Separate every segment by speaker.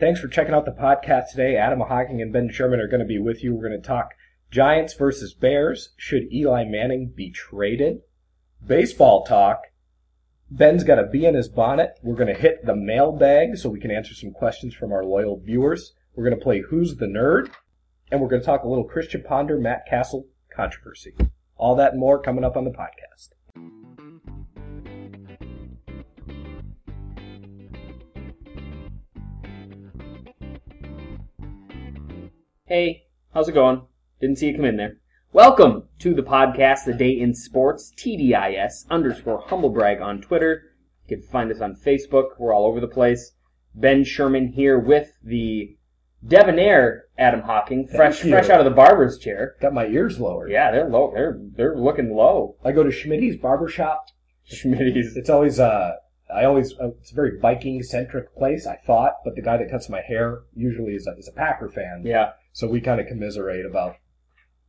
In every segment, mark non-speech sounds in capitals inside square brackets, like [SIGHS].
Speaker 1: Thanks for checking out the podcast today. Adam Hocking and Ben Sherman are going to be with you. We're going to talk Giants versus Bears. Should Eli Manning be traded? Baseball talk. Ben's got a bee in his bonnet. We're going to hit the mailbag so we can answer some questions from our loyal viewers. We're going to play Who's the Nerd? And we're going to talk a little Christian Ponder, Matt Castle controversy. All that and more coming up on the podcast.
Speaker 2: Hey, how's it going? Didn't see you come in there. Welcome to the podcast, The Day in Sports, TDIS underscore humblebrag on Twitter. You can find us on Facebook. We're all over the place. Ben Sherman here with the debonair Adam Hocking, fresh
Speaker 1: you.
Speaker 2: fresh out of the barber's chair.
Speaker 1: Got my ears lowered.
Speaker 2: Yeah, they're low. They're they're looking low. [LAUGHS]
Speaker 1: I go to Schmidt's barbershop.
Speaker 2: Schmitty's.
Speaker 1: It's always, uh, I always, uh, it's a very Viking centric place, I thought, but the guy that cuts my hair usually is a, is a Packer fan.
Speaker 2: Yeah,
Speaker 1: So we kind of commiserate about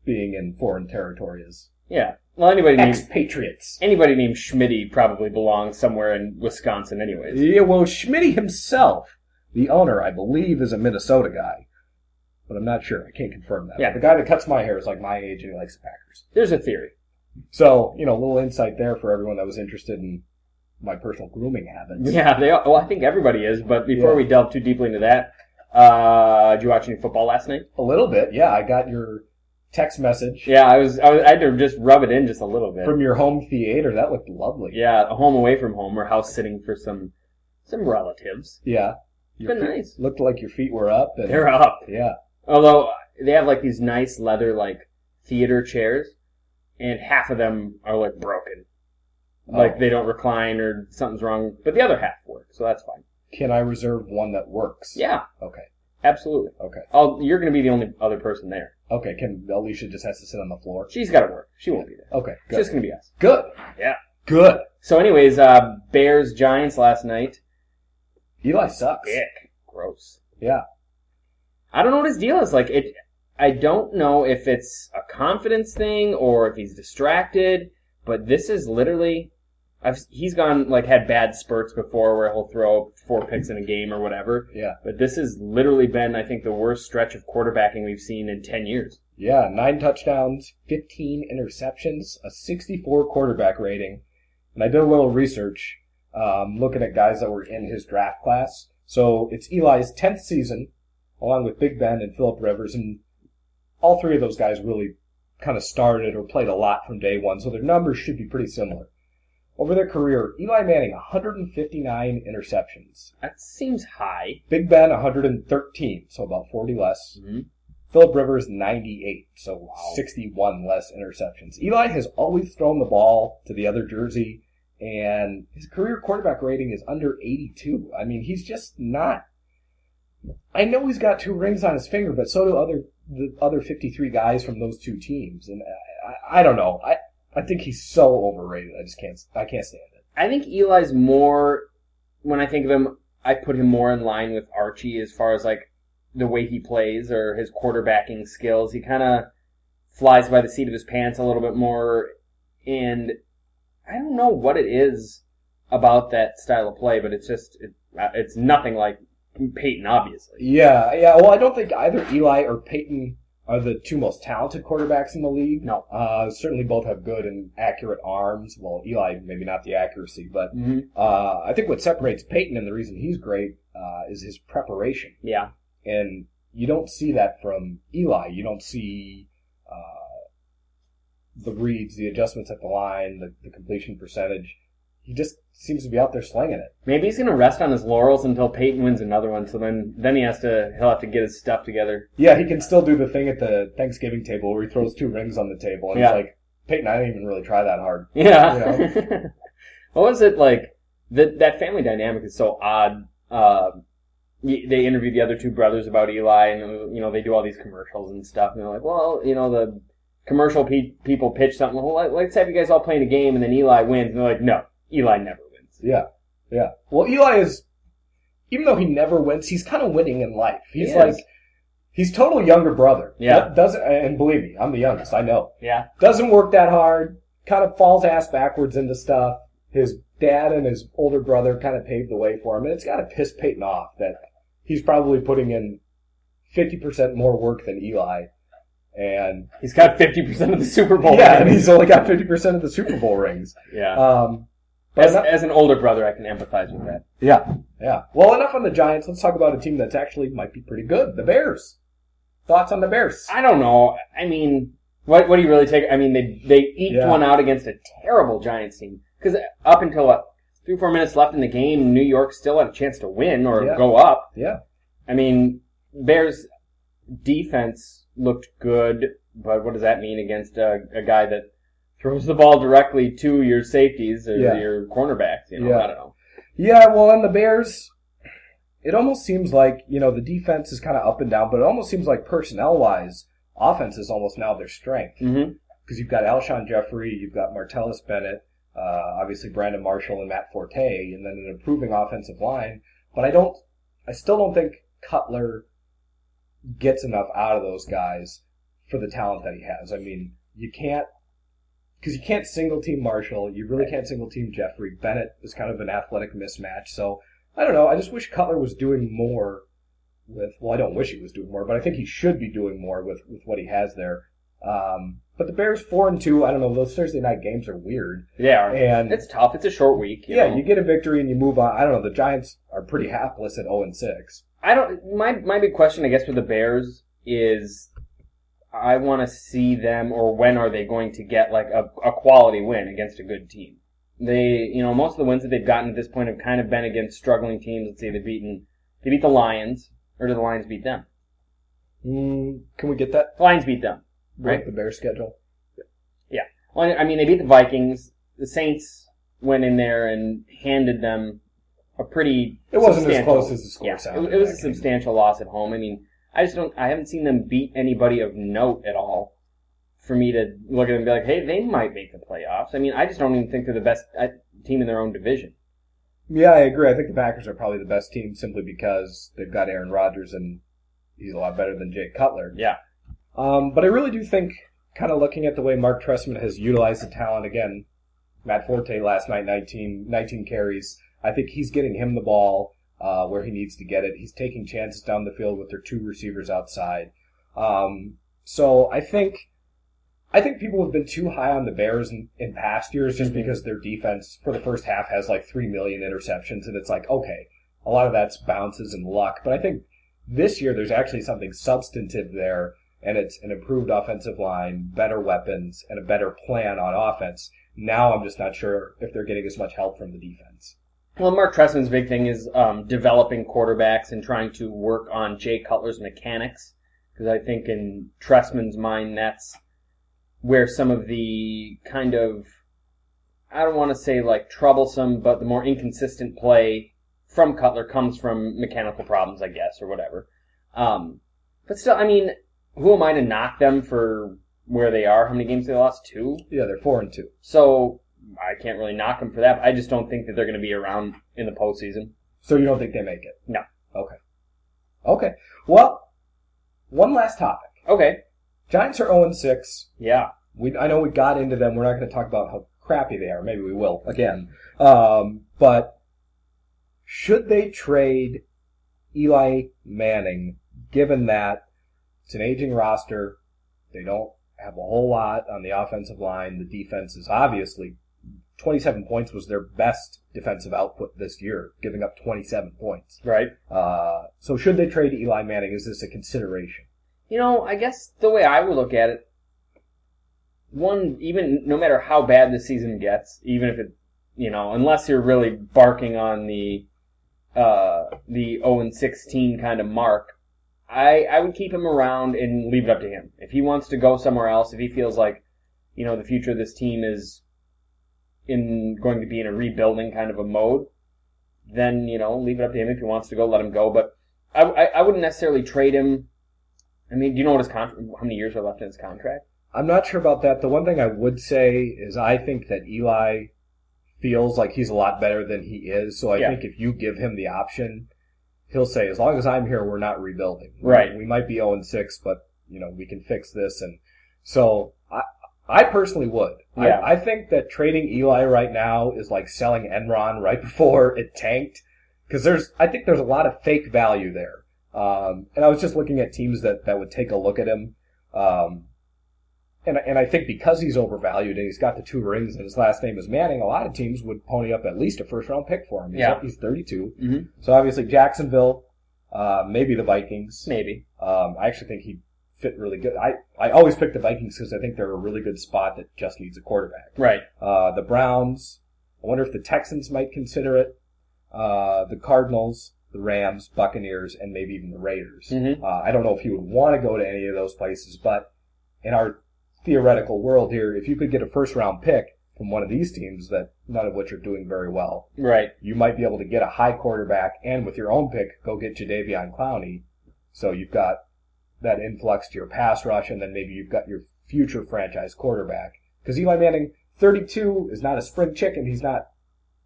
Speaker 1: being in foreign territory as
Speaker 2: yeah. Well, anybody named
Speaker 1: expatriates.
Speaker 2: anybody named Schmitty probably belongs somewhere in Wisconsin, anyways.
Speaker 1: Yeah, well, Schmidt himself, the owner, I believe, is a Minnesota guy, but I'm not sure. I can't confirm that.
Speaker 2: Yeah.
Speaker 1: the guy that cuts my hair is like my age, and he likes the Packers.
Speaker 2: There's a theory.
Speaker 1: So you know, a little insight there for everyone that was interested in my personal grooming habits.
Speaker 2: [LAUGHS] Yeah, they. Are, well, I think everybody is. But before
Speaker 1: Yeah.
Speaker 2: we delve too deeply into that, uh, did you watch any football last night?
Speaker 1: A little bit, yeah. I got your text message
Speaker 2: Yeah, I was. I, was, I had to just rub it in just a little bit.
Speaker 1: from your home theater. That looked lovely.
Speaker 2: yeah, a home away from home or house sitting for some some relatives.
Speaker 1: yeah.
Speaker 2: It's
Speaker 1: Your
Speaker 2: been
Speaker 1: feet-
Speaker 2: nice.
Speaker 1: Looked like your feet were up. And,
Speaker 2: They're up.
Speaker 1: Yeah.
Speaker 2: Although they have like these nice leather like theater chairs, and half of them are like broken, like
Speaker 1: Oh.
Speaker 2: they don't recline or something's wrong. But the other half work, so that's fine.
Speaker 1: Can I reserve one that works?
Speaker 2: Yeah,
Speaker 1: Okay.
Speaker 2: absolutely.
Speaker 1: Okay.
Speaker 2: i you're going to be the only other person there.
Speaker 1: Okay. Can Alicia just has to sit on the floor?
Speaker 2: She's got to work. She won't be there.
Speaker 1: Okay.
Speaker 2: It's
Speaker 1: Good.
Speaker 2: just going to be us.
Speaker 1: good.
Speaker 2: Yeah.
Speaker 1: Good.
Speaker 2: So, anyways, uh, Bears Giants last night.
Speaker 1: Eli sucks.
Speaker 2: Ick. Gross.
Speaker 1: Yeah.
Speaker 2: I don't know what his deal is. Like it, I don't know if it's a confidence thing or if he's distracted. But this is literally, I've he's gone like had bad spurts before where he'll throw four picks in a game or whatever.
Speaker 1: Yeah.
Speaker 2: But this has literally been, I think, the worst stretch of quarterbacking we've seen in ten years.
Speaker 1: Yeah. Nine touchdowns, 15 interceptions, a 64 quarterback rating. And I did a little research um, looking at guys that were in his draft class. So it's Eli's 10th season, along with Big Ben and Philip Rivers. And all three of those guys really kind of started or played a lot from day one. So their numbers should be pretty similar. Over their career, Eli Manning, 159 interceptions.
Speaker 2: That seems high.
Speaker 1: Big Ben, 113, so about 40 less.
Speaker 2: Mhm.
Speaker 1: Philip Rivers 98, so
Speaker 2: Wow.
Speaker 1: 61 less interceptions. Eli has always thrown the ball to the other jersey, and his career quarterback rating is under 82. I mean, he's just not. I know he's got two rings on his finger, but so do other the other 53 guys from those two teams, and I, I, I don't know. I I think he's so overrated. I just can't I can't stand it.
Speaker 2: I think Eli's more. When I think of him, I put him more in line with Archie as far as like the way he plays or his quarterbacking skills. He kind of flies by the seat of his pants a little bit more, and I don't know what it is about that style of play, but it's just it, uh, it's nothing like Peyton, obviously.
Speaker 1: Yeah, yeah. Well, I don't think either Eli or Peyton are the two most talented quarterbacks in the league.
Speaker 2: No.
Speaker 1: Uh, certainly both have good and accurate arms. Well, Eli, maybe not the accuracy, but
Speaker 2: Mm-hmm.
Speaker 1: uh, I think what separates Peyton and the reason he's great uh, is his preparation.
Speaker 2: Yeah,
Speaker 1: And you don't see that from Eli. You don't see uh, the reads, the adjustments at the line, the, the completion percentage. He just seems to be out there slinging it.
Speaker 2: maybe he's gonna rest on his laurels until Peyton wins another one. So then, then he has to he'll have to get his stuff together.
Speaker 1: Yeah, he can still do the thing at the Thanksgiving table where he throws two rings on the table and
Speaker 2: Yeah.
Speaker 1: he's like, Peyton, I didn't even really try that hard.
Speaker 2: Yeah. [LAUGHS] what was it like? That that family dynamic is so odd. Uh, y- they interviewed the other two brothers about Eli, and you know they do all these commercials and stuff, and they're like, well, you know the commercial pe- people pitch something. Well, let- let's have you guys all playing a game, and then Eli wins, and they're like, no, Eli never wins.
Speaker 1: Yeah, yeah. Well, Eli is, even though he never wins, he's kind of winning in life. He's
Speaker 2: He
Speaker 1: like,
Speaker 2: is.
Speaker 1: he's total younger brother.
Speaker 2: Yeah.
Speaker 1: That doesn't, and believe me, I'm the youngest, I know.
Speaker 2: Yeah,
Speaker 1: Doesn't work that hard, kind of falls ass backwards into stuff. His dad and his older brother kind of paved the way for him, and it's got to piss Peyton off that he's probably putting in 50% more work than Eli. And
Speaker 2: He's got 50% of the Super Bowl.
Speaker 1: yeah, and he's only got 50% of the Super Bowl rings.
Speaker 2: yeah.
Speaker 1: Um, but
Speaker 2: As,
Speaker 1: enough-
Speaker 2: as an older brother, I can empathize with that.
Speaker 1: yeah, yeah. Well, enough on the Giants. Let's talk about a team that's actually might be pretty good. The Bears. Thoughts on the Bears?
Speaker 2: I don't know. I mean, what what do you really take? I mean, they they eked
Speaker 1: Yeah.
Speaker 2: one out against a terrible Giants team because up until what, three four minutes left in the game, New York still had a chance to win or
Speaker 1: Yeah.
Speaker 2: go up.
Speaker 1: Yeah.
Speaker 2: I mean, Bears defense looked good, but what does that mean against a, a guy that throws the ball directly to your safeties or
Speaker 1: Yeah.
Speaker 2: your cornerbacks? You know,
Speaker 1: Yeah.
Speaker 2: I don't know.
Speaker 1: Yeah, well, and the Bears, it almost seems like, you know, the defense is kind of up and down, but it almost seems like personnel wise, offense is almost now their strength.
Speaker 2: Mm-hmm.
Speaker 1: Because you've got Alshon Jeffrey, you've got Martellus Bennett, uh, obviously Brandon Marshall and Matt Forte, and then an improving offensive line. But I don't, I still don't think Cutler gets enough out of those guys for the talent that he has. I mean, you can't, because you can't single team Marshall, you really can't single team Jeffrey. Bennett is kind of an athletic mismatch. So I don't know. I just wish Cutler was doing more with. Well, I don't wish he was doing more, but I think he should be doing more with with what he has there. Um, but the Bears four and two. I don't know. Those Thursday night games are weird.
Speaker 2: Yeah,
Speaker 1: And
Speaker 2: it's tough. It's a short week. You
Speaker 1: yeah,
Speaker 2: know?
Speaker 1: you get a victory and you move on. I don't know. The Giants are pretty hapless at zero and six.
Speaker 2: I don't. My my big question, I guess, with the Bears is, I want to see them, or when are they going to get like a, a quality win against a good team? They, you know, most of the wins that they've gotten at this point have kind of been against struggling teams. Let's say they've beaten, they beat the Lions, or did the Lions beat them?
Speaker 1: Mm, can we get that
Speaker 2: The Lions beat them.
Speaker 1: right?
Speaker 2: Right.
Speaker 1: The Bears schedule.
Speaker 2: Well, I mean, they beat the Vikings. The Saints went in there and handed them a pretty.
Speaker 1: It wasn't as
Speaker 2: substantial-
Speaker 1: close as the score
Speaker 2: Yeah,
Speaker 1: sounded.
Speaker 2: it, it was a
Speaker 1: that game.
Speaker 2: substantial loss at home. I mean, I just don't. I haven't seen them beat anybody of note at all. For me to look at them and be like, hey, they might make the playoffs. I mean, I just don't even think they're the best uh, team in their own division.
Speaker 1: Yeah, I agree. I think the Packers are probably the best team simply because they've got Aaron Rodgers and he's a lot better than Jay Cutler.
Speaker 2: Yeah.
Speaker 1: Um, but I really do think, kind of looking at the way Mark Trestman has utilized the talent again, Matt Forte last night, 19, 19 carries. I think he's getting him the ball uh, where he needs to get it. He's taking chances down the field with their two receivers outside. Um, so I think. I think people have been too high on the Bears in, in past years just
Speaker 2: Mhm.
Speaker 1: because their defense for the first half has like 3 million interceptions, and it's like, okay, a lot of that's bounces and luck. But I think this year there's actually something substantive there, and it's an improved offensive line, better weapons, and a better plan on offense. Now I'm just not sure if they're getting as much help from the defense.
Speaker 2: Well, Mark Trestman's big thing is um, developing quarterbacks and trying to work on Jay Cutler's mechanics. Because I think in Trestman's mind, that's where some of the kind of, I don't want to say like troublesome, but the more inconsistent play from Cutler comes from mechanical problems, I guess, or whatever. Um, but still, I mean, who am I to knock them for where they are? How many games they lost? Two?
Speaker 1: Yeah, they're four and two.
Speaker 2: So I can't really knock them for that. But I just don't think that they're going to be around in the postseason.
Speaker 1: So you don't think they make it?
Speaker 2: No.
Speaker 1: Okay. Okay. Well, one last topic.
Speaker 2: Okay.
Speaker 1: Giants are 0 and 6.
Speaker 2: Yeah.
Speaker 1: We, I know we got into them. We're not going to talk about how crappy they are. Maybe we will again. Um, but should they trade Eli Manning, given that it's an aging roster? They don't have a whole lot on the offensive line. The defense is obviously 27 points was their best defensive output this year, giving up 27 points.
Speaker 2: Right.
Speaker 1: Uh, so should they trade Eli Manning? Is this a consideration?
Speaker 2: You know, I guess the way I would look at it, one even no matter how bad the season gets, even if it, you know, unless you're really barking on the uh the 0 and 16 kind of mark, I I would keep him around and leave it up to him. If he wants to go somewhere else, if he feels like, you know, the future of this team is in going to be in a rebuilding kind of a mode, then you know, leave it up to him. If he wants to go, let him go. But I I, I wouldn't necessarily trade him. I mean, do you know what his contract? How many years are left in his contract?
Speaker 1: I'm not sure about that. The one thing I would say is I think that Eli feels like he's a lot better than he is. So I
Speaker 2: Yeah.
Speaker 1: think if you give him the option, he'll say, as long as I'm here, we're not rebuilding.
Speaker 2: Right.
Speaker 1: We might be 0 and 6, but, you know, we can fix this. And so I, I personally would.
Speaker 2: Yeah.
Speaker 1: I, I think that trading Eli right now is like [LAUGHS] selling Enron right before it tanked. Because there's, I think there's a lot of fake value there. Um, and I was just looking at teams that, that would take a look at him. Um, and, and I think because he's overvalued and he's got the two rings and his last name is Manning, a lot of teams would pony up at least a first round pick for him. He's,
Speaker 2: Yeah.
Speaker 1: he's 32.
Speaker 2: Mhm.
Speaker 1: So obviously Jacksonville, uh, maybe the Vikings.
Speaker 2: Maybe.
Speaker 1: Um, I actually think he fit really good. I, I always pick the Vikings because I think they're a really good spot that just needs a quarterback.
Speaker 2: Right.
Speaker 1: Uh, the Browns. I wonder if the Texans might consider it. Uh, the Cardinals, the Rams, Buccaneers, and maybe even the Raiders.
Speaker 2: Mhm.
Speaker 1: Uh, I don't know if you would want to go to any of those places, but in our theoretical world here, if you could get a first round pick from one of these teams that none of which are doing very well,
Speaker 2: Right.
Speaker 1: you might be able to get a high quarterback and with your own pick, go get Jadavion Clowney. So you've got that influx to your pass rush, and then maybe you've got your future franchise quarterback. Because Eli Manning, 32, is not a spring chicken. He's not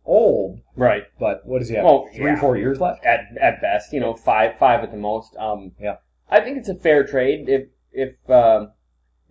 Speaker 1: old,
Speaker 2: Right.
Speaker 1: but what does he have?
Speaker 2: Well,
Speaker 1: three,
Speaker 2: yeah.
Speaker 1: four years left?
Speaker 2: At at best, you know, five five at the most. Um,
Speaker 1: Yeah.
Speaker 2: I think it's a fair trade. If if um,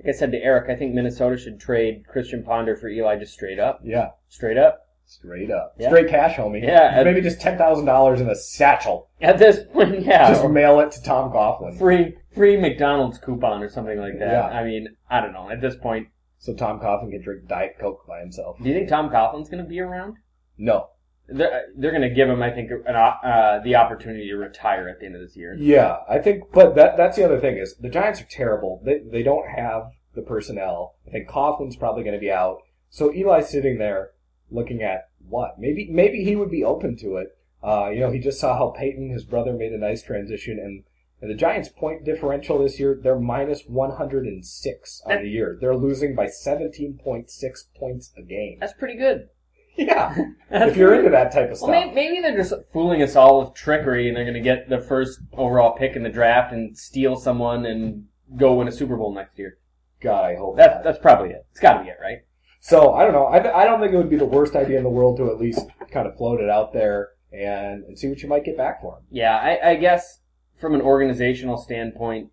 Speaker 2: like I said to Eric, I think Minnesota should trade Christian Ponder for Eli just straight up.
Speaker 1: Yeah,
Speaker 2: Straight up.
Speaker 1: straight up.
Speaker 2: Yeah.
Speaker 1: Straight cash, homie.
Speaker 2: Yeah, and-
Speaker 1: Maybe just $10,000 in a satchel.
Speaker 2: At this [LAUGHS] point, yeah.
Speaker 1: Just
Speaker 2: or
Speaker 1: mail it to Tom Coughlin.
Speaker 2: free free McDonald's coupon or something like that.
Speaker 1: Yeah.
Speaker 2: I mean, I don't know. At this point,
Speaker 1: So Tom Coughlin can drink Diet Coke by himself.
Speaker 2: do you think Tom Coughlin's going to be around?
Speaker 1: No.
Speaker 2: They're, they're going to give him, I think, an, op- uh, the opportunity to retire at the end of this year.
Speaker 1: Yeah, I think, but that that's the other thing is the Giants are terrible. They they don't have the personnel. I think Coughlin's probably going to be out. So Eli's sitting there looking at what maybe maybe he would be open to it. Uh, you know, he just saw how Peyton, his brother, made a nice transition, and, and the Giants' point differential this year they're minus one hundred and six on the year. They're losing by seventeen point six points a game.
Speaker 2: That's pretty good.
Speaker 1: Yeah, if you're
Speaker 2: [LAUGHS]
Speaker 1: into that type of
Speaker 2: Well, may-
Speaker 1: stuff,
Speaker 2: maybe they're just fooling us all with trickery, and they're going to get the first overall pick in the draft and steal someone and go win a Super Bowl next year.
Speaker 1: God, I hope
Speaker 2: That,
Speaker 1: not.
Speaker 2: that's probably it. It's got to be it, right?
Speaker 1: So I don't know. I, I don't think it would be the worst idea in the world to at least kind of float it out there and, and see what you might get back for him.
Speaker 2: Yeah, I, I guess from an organizational standpoint,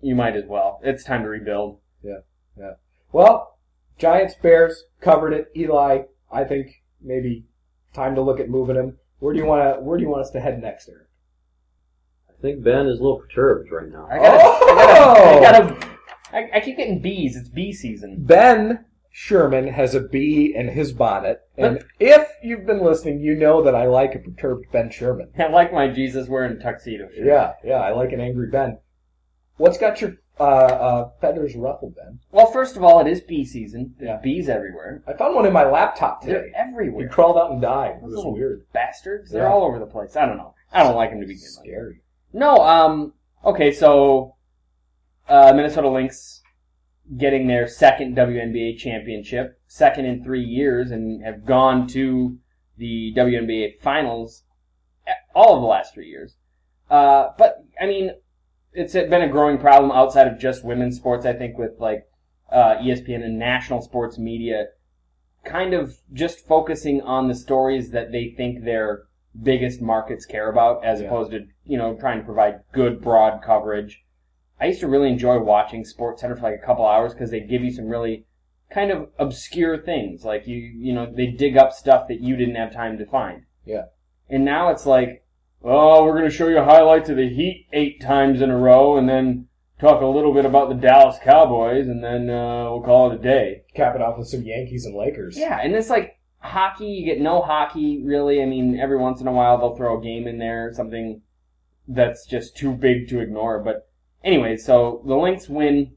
Speaker 2: you might as well. It's time to rebuild.
Speaker 1: Well, Giants, Bears covered it. Eli, I think maybe time to look at moving him. Where do you want to? Where do you want us to head next, Eric?
Speaker 3: I think Ben is a little perturbed right now.
Speaker 2: I gotta,
Speaker 1: Oh!
Speaker 2: I gotta, I gotta, I, I keep getting bees. It's bee season. [LAUGHS]
Speaker 1: Ben Sherman has a bee in his bonnet, and if you've been listening, you know that I like a perturbed Ben Sherman.
Speaker 2: I like my Jesus wearing tuxedo shirt.
Speaker 1: Yeah, yeah, I like an angry Ben. What's got your uh, uh, feathers ruffled, Ben?
Speaker 2: Well, first of all, it is bee season. There's
Speaker 1: Yeah.
Speaker 2: bees everywhere.
Speaker 1: I found one in my laptop today.
Speaker 2: They're everywhere.
Speaker 1: He crawled out and died. It
Speaker 2: Those
Speaker 1: was
Speaker 2: little
Speaker 1: weird.
Speaker 2: bastards. They're
Speaker 1: Yeah.
Speaker 2: all over the place. I don't know. I don't like them to begin with.
Speaker 1: Scary.
Speaker 2: No, um, okay, so uh, Minnesota Lynx getting their second WNBA championship, second in three years, and have gone to the WNBA finals a- all of the last three years. Uh, but, I mean, it's been a growing problem outside of just women's sports, I think, with like uh, ESPN and national sports media kind of just focusing on the stories that they think their biggest markets care about as
Speaker 1: Yeah.
Speaker 2: opposed to, you know, trying to provide good broad coverage. I used to really enjoy watching Sports Center for like a couple hours because they'd give you some really kind of obscure things. Like you, you know, they dig up stuff that you didn't have time to find.
Speaker 1: Yeah.
Speaker 2: And now it's like, oh, we're going to show you highlights of the Heat eight times in a row and then talk a little bit about the Dallas Cowboys and then uh, we'll call it a day.
Speaker 1: Cap it off with some Yankees and Lakers.
Speaker 2: Yeah, and it's like hockey, you get no hockey really. I mean, every once in a while they'll throw a game in there, something that's just too big to ignore. But anyway, so the Lynx win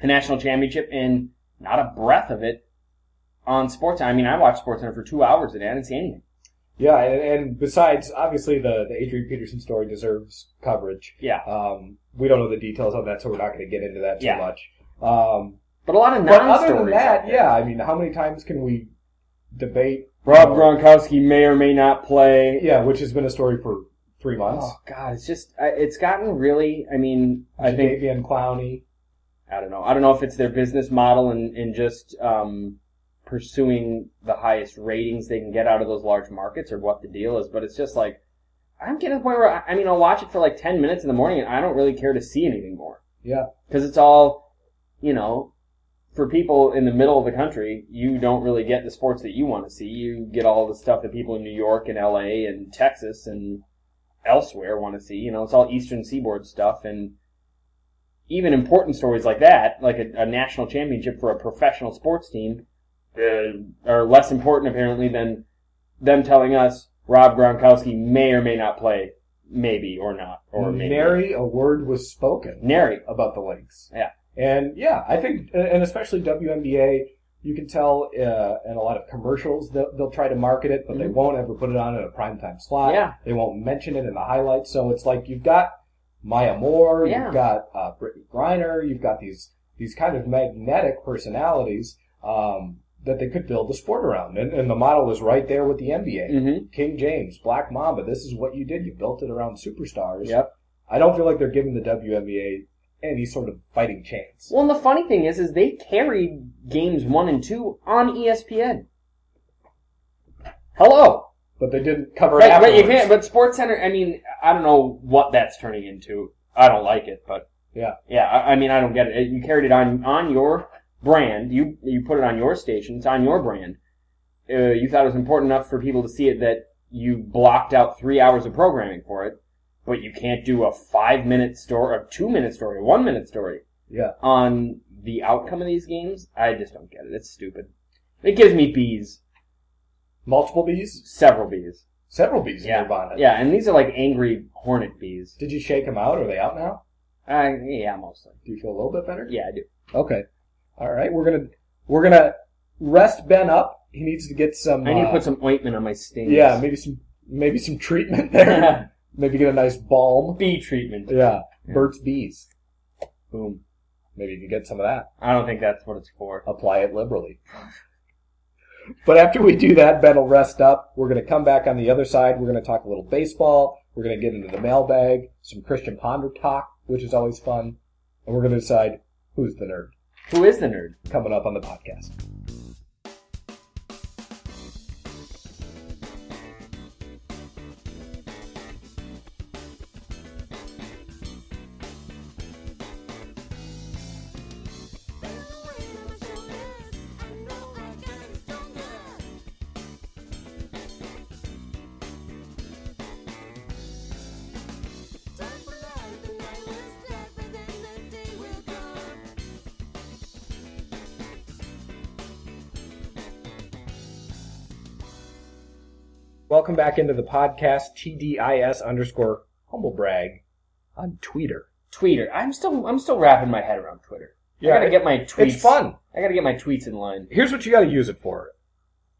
Speaker 2: the national championship and not a breath of it on sports. I mean, I watched Sports Center for two hours today. I didn't see anything.
Speaker 1: Yeah, and, and besides, obviously, the, the Adrian Peterson story deserves coverage.
Speaker 2: Yeah.
Speaker 1: Um, we don't know the details on that, so we're not going to get into that too
Speaker 2: Yeah.
Speaker 1: much. Um,
Speaker 2: But a lot of
Speaker 1: but
Speaker 2: non-stories.
Speaker 1: other than
Speaker 2: out
Speaker 1: that,
Speaker 2: there.
Speaker 1: yeah, I mean, how many times can we debate?
Speaker 2: Rob Gronkowski may or may not play.
Speaker 1: Yeah, which has been a story for three months.
Speaker 2: Oh God, it's just I- it's gotten really. I mean, I think
Speaker 1: Jadavian Clowney.
Speaker 2: I don't know. I don't know if it's their business model and, and just um, pursuing the highest ratings they can get out of those large markets or what the deal is, but it's just like, I'm getting to the point where, I, I mean, I'll watch it for like 10 minutes in the morning and I don't really care to see anything more.
Speaker 1: Yeah.
Speaker 2: Because it's all, you know, for people in the middle of the country, you don't really get the sports that you want to see. You get all the stuff that people in New York and LA and Texas and elsewhere want to see. You know, it's all Eastern Seaboard stuff, and even important stories like that, like a, a national championship for a professional sports team, uh, are less important apparently than them telling us Rob Gronkowski may or may not play, maybe or not, or maybe.
Speaker 1: nary a word was spoken
Speaker 2: Nary.
Speaker 1: about the links.
Speaker 2: Yeah.
Speaker 1: And yeah, I think, and especially WNBA, you can tell uh, in a lot of commercials they'll, they'll try to market it, but they
Speaker 2: Mhm.
Speaker 1: won't ever put it on in a primetime slot.
Speaker 2: Yeah.
Speaker 1: They won't mention it in the highlights. So it's like you've got Maya Moore,
Speaker 2: Yeah.
Speaker 1: you've got uh, Brittany Griner, you've got these these kind of magnetic personalities um, that they could build the sport around. And, and the model is right there with the NBA.
Speaker 2: Mm-hmm.
Speaker 1: King James, Black Mamba, this is what you did. You built it around superstars.
Speaker 2: Yep.
Speaker 1: I don't feel like they're giving the WNBA any sort of fighting chance.
Speaker 2: Well, and the funny thing is, is they carried games one and two on E ESPN. Hello.
Speaker 1: But they didn't cover it
Speaker 2: Right, but
Speaker 1: afterwards.
Speaker 2: you can't. But Sports Center. I mean, I don't know what that's turning into. I don't like it, but
Speaker 1: Yeah.
Speaker 2: yeah. I, I mean, I don't get it. You carried it on on your brand. You you put it on your station. It's on your brand. Uh, you thought it was important enough for people to see it that you blocked out three hours of programming for it, but you can't do a five minute story, a two minute story, a one minute story
Speaker 1: yeah.
Speaker 2: on the outcome of these games. I just don't get it. It's stupid. It gives me bees,
Speaker 1: Multiple bees?
Speaker 2: several bees.
Speaker 1: Several bees
Speaker 2: Yeah.
Speaker 1: in your bonnet.
Speaker 2: Yeah, and these are like angry hornet bees.
Speaker 1: Did you shake them out? Are they out now?
Speaker 2: Uh, yeah, mostly.
Speaker 1: Do you feel a little bit better?
Speaker 2: Yeah, I do.
Speaker 1: Okay. All right. We're gonna we're gonna rest Ben up. He needs to get some.
Speaker 2: I need to
Speaker 1: uh,
Speaker 2: put some ointment on my stings.
Speaker 1: yeah, maybe some maybe some treatment [LAUGHS] there.
Speaker 2: [LAUGHS]
Speaker 1: maybe get a nice balm.
Speaker 2: bee treatment.
Speaker 1: Yeah.
Speaker 2: Yeah.
Speaker 1: Burt's bees.
Speaker 2: Boom.
Speaker 1: Maybe you can get some of that.
Speaker 2: I don't think that's what it's for.
Speaker 1: apply it liberally. But after we do that, Ben will rest up. We're going to come back on the other side. We're going to talk a little baseball. We're going to get into the mailbag, some Christian Ponder talk, which is always fun. And we're going to decide who's the nerd
Speaker 2: Who is the nerd?
Speaker 1: coming up on the podcast. Welcome back into the podcast, TDIS underscore humblebrag on Twitter.
Speaker 2: Tweeter. I'm still I'm still wrapping my head around Twitter. I gotta
Speaker 1: it-
Speaker 2: get my tweets.
Speaker 1: it's fun.
Speaker 2: I gotta get my tweets in line.
Speaker 1: here's what you got to use it for.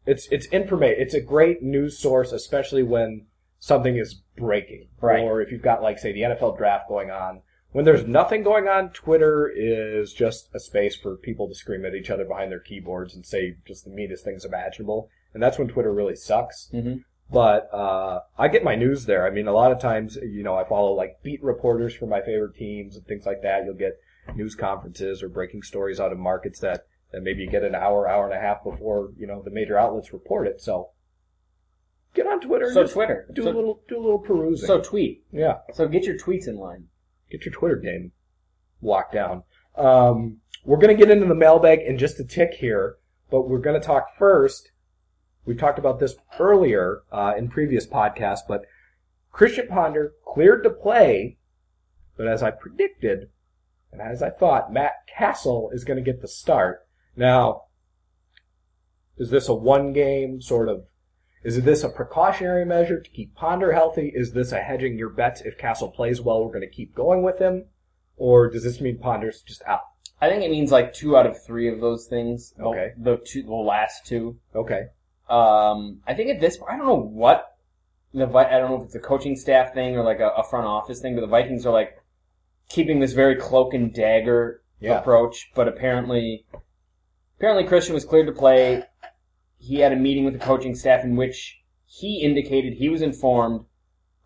Speaker 1: It's it's information. It's a great news source, especially when something is breaking,
Speaker 2: Right.
Speaker 1: or if you've got like say the NFL draft going on. When there's nothing going on, Twitter is just a space for people to scream at each other behind their keyboards and say just the meanest things imaginable, and that's when Twitter really sucks.
Speaker 2: Mhm.
Speaker 1: But uh, I get my news there. I mean, a lot of times, you know, I follow like beat reporters for my favorite teams and things like that. You'll get news conferences or breaking stories out of markets that that maybe you get an hour, hour and a half before you know the major outlets report it. So get on Twitter. and
Speaker 2: So
Speaker 1: just
Speaker 2: Twitter.
Speaker 1: do
Speaker 2: so,
Speaker 1: a little, do a little perusing.
Speaker 2: So tweet.
Speaker 1: yeah,
Speaker 2: So get your tweets in line.
Speaker 1: get your Twitter game locked down. Um, we're gonna get into the mailbag in just a tick here, but we're gonna talk first. We talked about this earlier uh, in previous podcasts, but Christian Ponder cleared to play, but as I predicted, and as I thought, Matt Castle is going to get the start. Now, is this a one game sort of? Is this a precautionary measure to keep Ponder healthy? Is this a hedging your bets? If Castle plays well, we're going to keep going with him, or does this mean Ponder's just out?
Speaker 2: I think it means like two out of three of those things. The-
Speaker 1: Okay.
Speaker 2: The, two, the last two.
Speaker 1: Okay,
Speaker 2: Um, I think at this, I don't know what the Vi- I don't know if it's a coaching staff thing or like a, a front office thing, but the Vikings are like keeping this very cloak and dagger
Speaker 1: Yeah.
Speaker 2: approach. But apparently, apparently Christian was cleared to play. He had a meeting with the coaching staff in which he indicated he was informed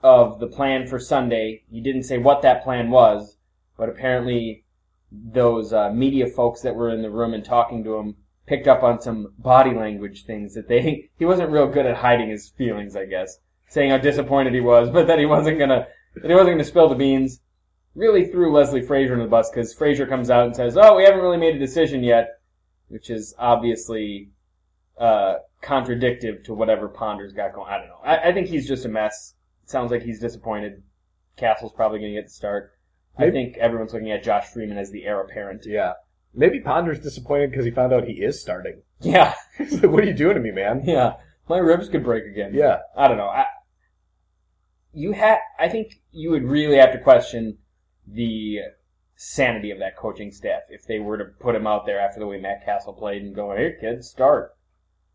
Speaker 2: of the plan for Sunday. He didn't say what that plan was, but apparently those uh, media folks that were in the room and talking to him picked up on some body language things that they [LAUGHS] he wasn't real good at hiding his feelings, I guess, saying how disappointed he was, [LAUGHS] but that he wasn't gonna that he wasn't gonna spill the beans. Really threw Leslie Frazier in the bus because Frazier comes out and says, "Oh, we haven't really made a decision yet," which is obviously uh, contradictive to whatever Ponder's got going. I don't know. I, I think he's just a mess sounds like he's disappointed. Castle's probably going to get the start. I
Speaker 1: Maybe-
Speaker 2: think everyone's looking at Josh Freeman as the heir apparent.
Speaker 1: Yeah. Maybe Ponder's disappointed because he found out he is starting.
Speaker 2: [LAUGHS]
Speaker 1: [LAUGHS]
Speaker 2: Yeah,
Speaker 1: He's like, what are you doing to me, man?
Speaker 2: yeah. My ribs could break again.
Speaker 1: Yeah.
Speaker 2: I don't know. I, you had. I think you would really have to question the sanity of that coaching staff if they were to put him out there after the way Matt Castle played and go, "Hey, kids, start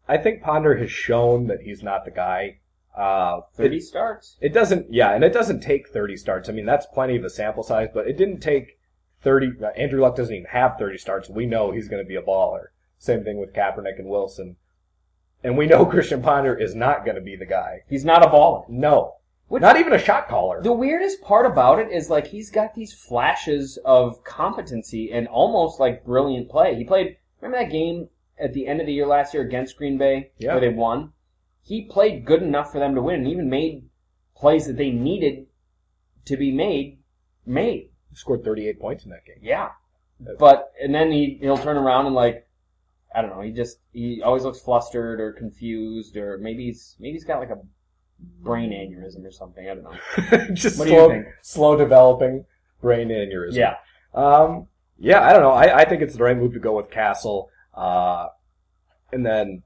Speaker 1: I think Ponder has shown that he's not the guy. Uh,
Speaker 2: thirty
Speaker 1: it,
Speaker 2: starts."
Speaker 1: it doesn't, yeah, and it doesn't take 30 starts. I mean, that's plenty of a sample size, but it didn't take 30. uh, Andrew Luck doesn't even have 30 starts. We know he's going to be a baller. Same thing with Kaepernick and Wilson. And we know [LAUGHS] Christian Ponder is not going to be the guy.
Speaker 2: He's not a baller.
Speaker 1: No.
Speaker 2: Which-
Speaker 1: not even a shot caller.
Speaker 2: The weirdest part about it is like he's got these flashes of competency and almost like brilliant play. He played. Remember that game at the end of the year last year against Green Bay
Speaker 1: Yeah.
Speaker 2: where they won. He played good enough for them to win and even made plays that they needed to be made. Made.
Speaker 1: Scored 38 points in that game.
Speaker 2: Yeah. But and then he he'll turn around and like I don't know. He just he always looks flustered or confused or maybe he's maybe he's got like a brain aneurysm or something. I don't
Speaker 1: [LAUGHS]
Speaker 2: know.
Speaker 1: Just
Speaker 2: What do you
Speaker 1: slow,
Speaker 2: think?
Speaker 1: slow developing brain aneurysm.
Speaker 2: Yeah.
Speaker 1: Um, yeah, I don't know. I, I think it's the right move to go with Castle. Uh, and then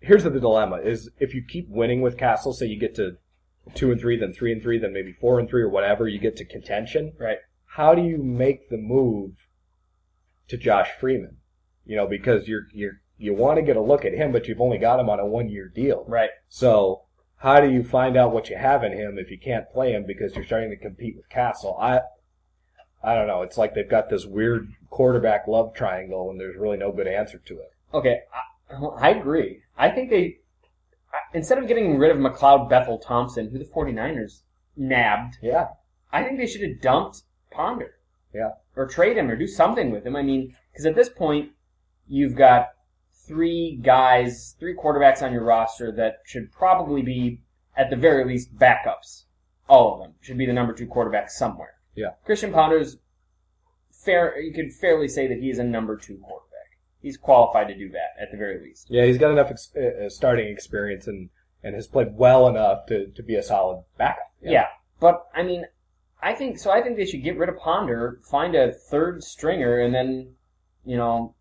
Speaker 1: here's the dilemma: is if you keep winning with Castle, say you get to two and three, then three and three, then maybe four and three or whatever, you get to contention.
Speaker 2: Right.
Speaker 1: How do you make the move to Josh Freeman? You know, because you're you're you want to get a look at him, but you've only got him on a one year deal.
Speaker 2: Right.
Speaker 1: So how do you find out what you have in him if you can't play him because you're starting to compete with Castle? I I don't know. It's like they've got this weird quarterback love triangle, and there's really no good answer to it.
Speaker 2: Okay, I, I agree. I think they, I- instead of getting rid of McLeod Bethel Thompson, who the 49ers nabbed,
Speaker 1: Yeah,
Speaker 2: I think they should have dumped Ponder.
Speaker 1: Yeah.
Speaker 2: Or trade him or do something with him. I mean, because at this point, you've got three guys, three quarterbacks on your roster that should probably be, at the very least, backups. All of them should be the number two quarterback somewhere.
Speaker 1: Yeah.
Speaker 2: Christian Ponder's fair, you could fairly say that he's a number two quarterback. He's qualified to do that, at the very least.
Speaker 1: yeah. He's got enough ex- uh, uh, starting experience and and has played well enough to to be a solid backup.
Speaker 2: Yeah. But I mean, I think so. I think they should get rid of Ponder, find a third stringer, and then you know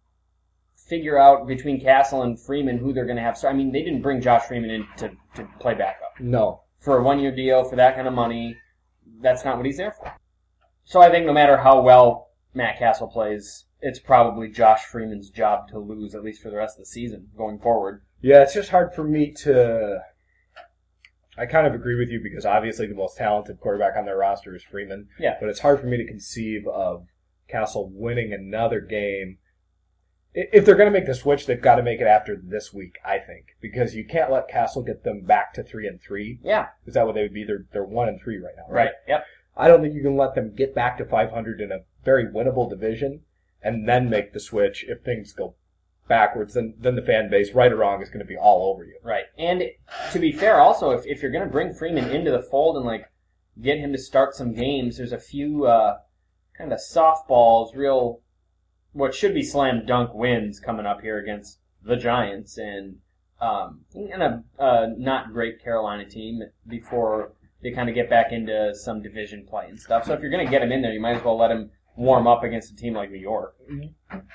Speaker 2: figure out between Castle and Freeman who they're going to have. So I mean, they didn't bring Josh Freeman in to to play backup
Speaker 1: No.
Speaker 2: for a one year deal for that kind of money. That's not what he's there for. So I think no matter how well Matt Castle plays, it's probably Josh Freeman's job to lose at least for the rest of the season going forward.
Speaker 1: Yeah, it's just hard for me to. I kind of agree with you because obviously the most talented quarterback on their roster is Freeman.
Speaker 2: Yeah.
Speaker 1: But it's hard for me to conceive of Castle winning another game. I- If they're going to make the switch, they've got to make it after this week, I think, because you can't let Castle get them back to three and three.
Speaker 2: Yeah.
Speaker 1: Is that what they would be? They're they're one and three right now,
Speaker 2: Right. Yep.
Speaker 1: I don't think you can let them get back to 500 in a very winnable division and then make the switch. If things go backwards, then then the fan base, right or wrong, is going to be all over you.
Speaker 2: Right. And to be fair, also, if, if you're going to bring Freeman into the fold and, like, get him to start some games, there's a few uh, kind of softballs, real, what should be slam dunk wins coming up here against the Giants and, um, and a, a not great Carolina team before they kind of get back into some division play and stuff. So if you're going to get him in there, you might as well let him warm up against a team like New York.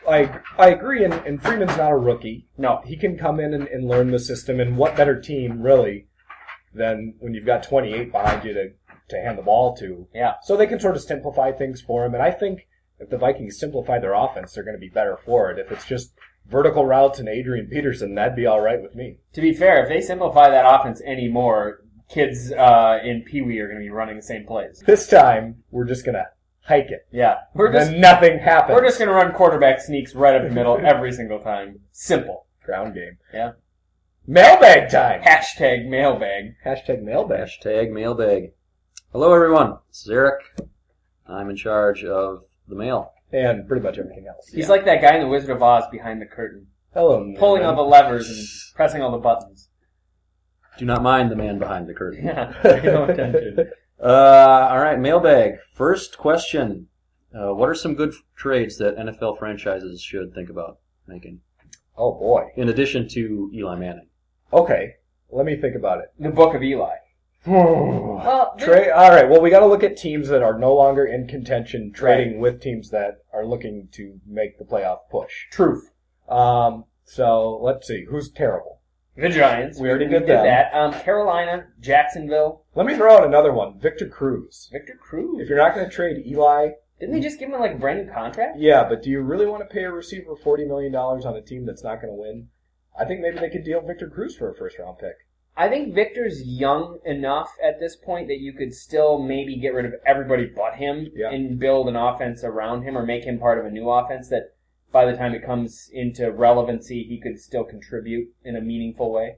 Speaker 1: I I agree, and, and Freeman's not a rookie.
Speaker 2: No.
Speaker 1: He can come in and, and learn the system. And what better team really than when you've got 28 behind you to to hand the ball to?
Speaker 2: Yeah.
Speaker 1: So they can sort of simplify things for him. And I think if the Vikings simplify their offense, they're going to be better for it. If it's just vertical routes and Adrian Peterson, that'd be all right with me.
Speaker 2: To be fair, if they simplify that offense anymore, kids uh, in Pee Wee are going to be running the same plays.
Speaker 1: This time, we're just gonna hike it.
Speaker 2: Yeah, we're just
Speaker 1: then nothing happens.
Speaker 2: we're just going to run quarterback sneaks right up the middle every single time. Simple.
Speaker 1: ground game.
Speaker 2: Yeah.
Speaker 1: Mailbag time.
Speaker 2: Hashtag mailbag.
Speaker 1: Hashtag mailbag.
Speaker 3: Hashtag mailbag. Hello, everyone. This is Eric. I'm in charge of the mail.
Speaker 1: And pretty much everything else.
Speaker 2: He's like that guy in The Wizard of Oz behind the curtain,
Speaker 1: Hello, Newman.
Speaker 2: pulling all the levers and pressing all the buttons. [LAUGHS]
Speaker 3: Do not mind the man behind the curtain.
Speaker 2: Yeah, [LAUGHS] pay no attention.
Speaker 3: Uh, all right, mailbag. First question: uh, What are some good trades that NFL franchises should think about making,
Speaker 1: [LAUGHS] Oh boy.
Speaker 3: in addition to Eli Manning?
Speaker 2: [SIGHS]
Speaker 1: Okay. Let me think about it.
Speaker 2: The Book of Eli.
Speaker 4: Well, this-
Speaker 1: Trade. All right. Well, we got to look at teams that are no longer in contention, trading with teams that are looking to make the playoff push.
Speaker 2: Truth.
Speaker 1: Um. So let's see who's terrible.
Speaker 2: The Giants.
Speaker 1: We already did
Speaker 2: did
Speaker 1: them.
Speaker 2: that. Um, Carolina, Jacksonville,
Speaker 1: Let me throw out another one. Victor Cruz.
Speaker 2: Victor Cruz.
Speaker 1: If you're not going to trade Eli,
Speaker 2: Didn't they just give him like a brand new contract?
Speaker 1: yeah, but do you really want to pay a receiver forty million dollars on a team that's not going to win? I think maybe they could deal Victor Cruz for a first round pick.
Speaker 2: I think Victor's young enough at this point that you could still maybe get rid of everybody but him
Speaker 1: Yeah.
Speaker 2: and build an offense around him or make him part of a new offense that by the time it comes into relevancy, he could still contribute in a meaningful way.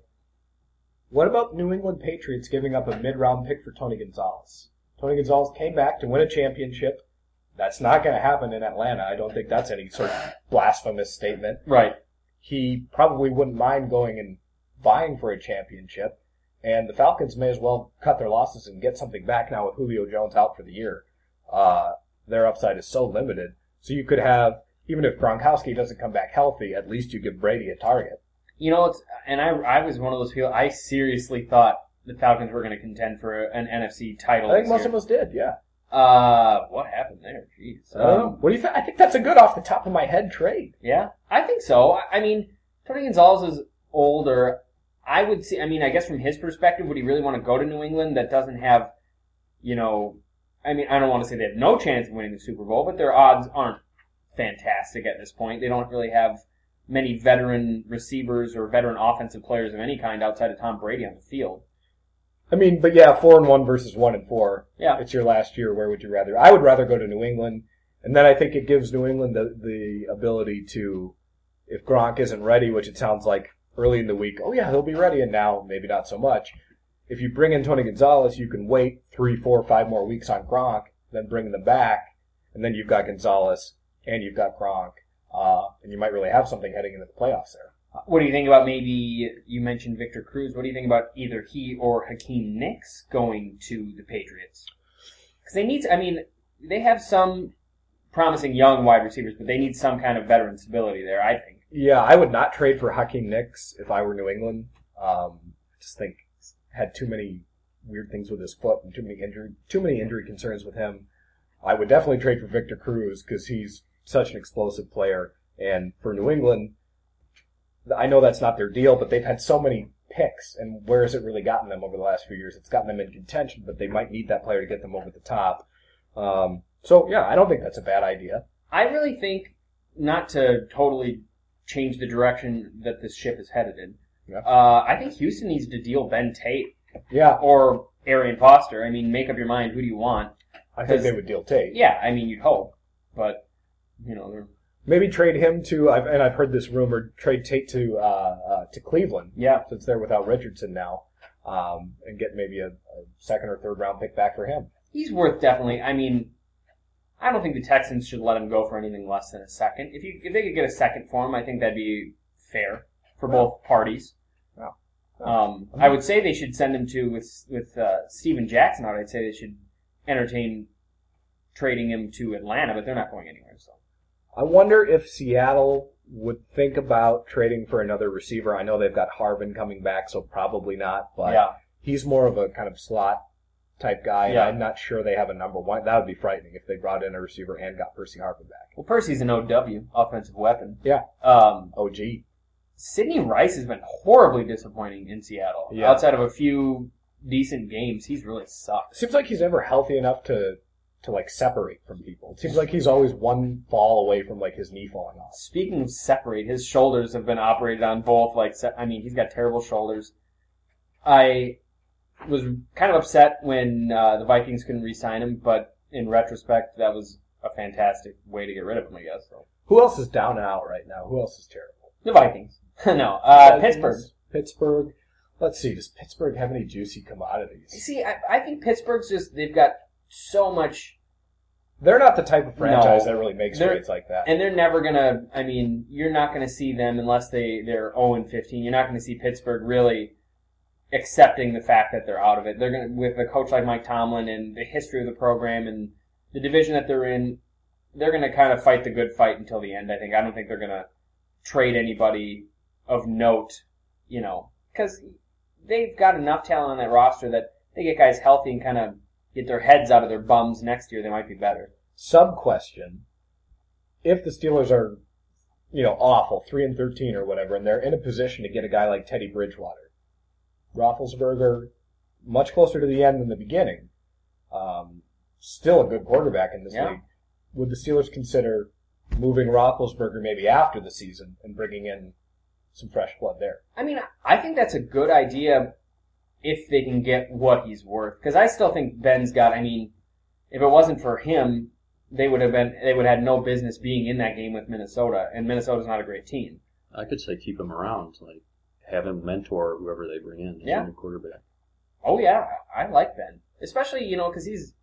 Speaker 1: What about New England Patriots giving up a mid round pick for Tony Gonzalez? Tony Gonzalez came back to win a championship. That's not going to happen in Atlanta. I don't think that's any sort of blasphemous statement.
Speaker 2: Right.
Speaker 1: He probably wouldn't mind going and vying for a championship. And the Falcons may as well cut their losses and get something back now with Julio Jones out for the year. Uh, their upside is so limited. So you could have, even if Gronkowski doesn't come back healthy, at least you give Brady a target.
Speaker 2: You know, it's, and I, I was one of those people, I seriously thought the Falcons were going to contend for an NFC title.
Speaker 1: I think
Speaker 2: this
Speaker 1: most
Speaker 2: year.
Speaker 1: of us did, yeah.
Speaker 2: Uh, what happened there? Jeez.
Speaker 1: I don't know. What do you think? I think that's a good off the top of my head trade.
Speaker 2: Yeah, I think so. I- I mean, Tony Gonzalez is older. I would see. I mean, I guess from his perspective, would he really want to go to New England that doesn't have, you know, I mean, I don't want to say they have no chance of winning the Super Bowl, but their odds aren't fantastic at this point. They don't really have many veteran receivers or veteran offensive players of any kind outside of Tom Brady on the field.
Speaker 1: I mean, but yeah, four and one versus one and four.
Speaker 2: Yeah.
Speaker 1: It's your last year. Where would you rather? I would rather go to New England, and then I think it gives New England the, the ability to, if Gronk isn't ready, which it sounds like early in the week. Oh yeah, he'll be ready, and now maybe not so much. If you bring in Tony Gonzalez, you can wait three, four, five more weeks on Gronk, then bring them back, and then you've got Gonzalez and you've got Gronk, uh, and you might really have something heading into the playoffs there.
Speaker 2: What do you think about maybe you mentioned Victor Cruz? What do you think about either he or Hakeem Nicks going to the Patriots? Because they need, I mean, they have some promising young wide receivers, but they need some kind of veteran stability there. I think.
Speaker 1: Yeah, I would not trade for Hakeem Nicks if I were New England. Um, I just think he's had too many weird things with his foot and too many injury too many injury concerns with him. I would definitely trade for Victor Cruz because he's such an explosive player. And for New England, I know that's not their deal, but they've had so many picks, and where has it really gotten them over the last few years? It's gotten them in contention, but they might need that player to get them over the top. Um, so yeah, I don't think that's a bad idea.
Speaker 2: I really think not to totally change the direction that this ship is headed in.
Speaker 1: Yeah.
Speaker 2: Uh, I think Houston needs to deal Ben Tate
Speaker 1: Yeah,
Speaker 2: or Arian Foster. I mean, make up your mind. Who do you want?
Speaker 1: I think they would deal Tate.
Speaker 2: Yeah, I mean, you'd hope, but you know, they're,
Speaker 1: Maybe trade him to, I've, and I've heard this rumored, trade Tate to uh, uh, to Cleveland
Speaker 2: yeah.
Speaker 1: since they're without Richardson now, um, and get maybe a, a second or third round pick back for him.
Speaker 2: he's worth definitely. I mean, I don't think the Texans should let him go for anything less than a second. If you if they could get a second for him, I think that'd be fair for both parties.
Speaker 1: Well,
Speaker 2: Um, I would say they should send him to with with uh, Steven Jackson out. I'd say they should entertain trading him to Atlanta, but they're not going anywhere. So
Speaker 1: I wonder if Seattle would think about trading for another receiver. I know they've got Harvin coming back, so probably not, but
Speaker 2: yeah,
Speaker 1: he's more of a kind of slot type guy, and
Speaker 2: Yeah.
Speaker 1: I'm not sure they have a number one. That would be frightening if they brought in a receiver and got Percy Harvin back.
Speaker 2: well, Percy's an OW offensive weapon.
Speaker 1: Yeah.
Speaker 2: Um,
Speaker 1: Oh, gee.
Speaker 2: Sidney Rice has been horribly disappointing in Seattle.
Speaker 1: Yeah.
Speaker 2: Outside of a few decent games, he's really sucked.
Speaker 1: seems like he's never healthy enough to to like separate from people. It seems like he's always one fall away from like his knee falling off.
Speaker 2: Speaking of separate, his shoulders have been operated on both. Like, se- I mean, he's got terrible shoulders. I was kind of upset when uh, the Vikings couldn't re-sign him, but in retrospect, that was a fantastic way to get rid of him. I guess so.
Speaker 1: Who else is down and out right now? Who else is terrible?
Speaker 2: The Vikings, [LAUGHS] no, uh,
Speaker 1: Vikings,
Speaker 2: Pittsburgh.
Speaker 1: Pittsburgh. Let's see. Does Pittsburgh have any juicy commodities?
Speaker 2: See, I, I think Pittsburgh's just—they've got so much
Speaker 1: They're not the type of franchise
Speaker 2: No.
Speaker 1: that really makes
Speaker 2: They're-
Speaker 1: trades like that.
Speaker 2: And they're never gonna. I mean, you're not gonna see them unless they they're 0 and 15. You're not gonna see Pittsburgh really accepting the fact that they're out of it. They're gonna with a coach like Mike Tomlin and the history of the program and the division that they're in. They're gonna kind of fight the good fight until the end. I think. I don't think they're gonna trade anybody of note. You know, because they've got enough talent on that roster that they get guys healthy and kind of get their heads out of their bums next year, they might be better.
Speaker 1: Sub question: If the Steelers are, you know, awful, three and thirteen or whatever, and they're in a position to get a guy like Teddy Bridgewater, Roethlisberger, much closer to the end than the beginning, um, still a good quarterback in this
Speaker 2: Yeah.
Speaker 1: league. Would the Steelers consider moving Roethlisberger maybe after the season and bringing in some fresh blood there?
Speaker 2: I mean, I think that's a good idea if they can get what he's worth. Because I still think Ben's got. I mean, if it wasn't for him, they would have been. They would have had no business being in that game with Minnesota, and Minnesota's not a great team.
Speaker 3: I could say keep him around, like have him mentor whoever they bring in as
Speaker 2: Yeah.
Speaker 3: a new quarterback.
Speaker 2: Oh yeah, I I like Ben, especially you know because he's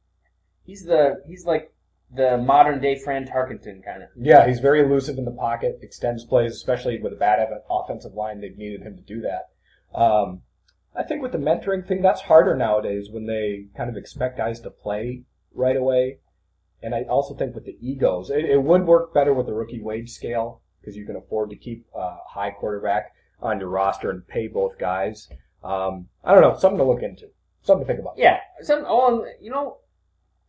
Speaker 2: he's the he's like the modern day Fran Tarkenton kind of.
Speaker 1: Yeah, he's very elusive in the pocket, extends plays, especially with a bad ev- offensive line. They've needed him to do that. Um, I think with the mentoring thing, that's harder nowadays when they kind of expect guys to play right away. And I also think with the egos, it, it would work better with the rookie wage scale because you can afford to keep a high quarterback on your roster and pay both guys. Um, I don't know, something to look into, something to think about.
Speaker 2: Yeah, some oh and, you know,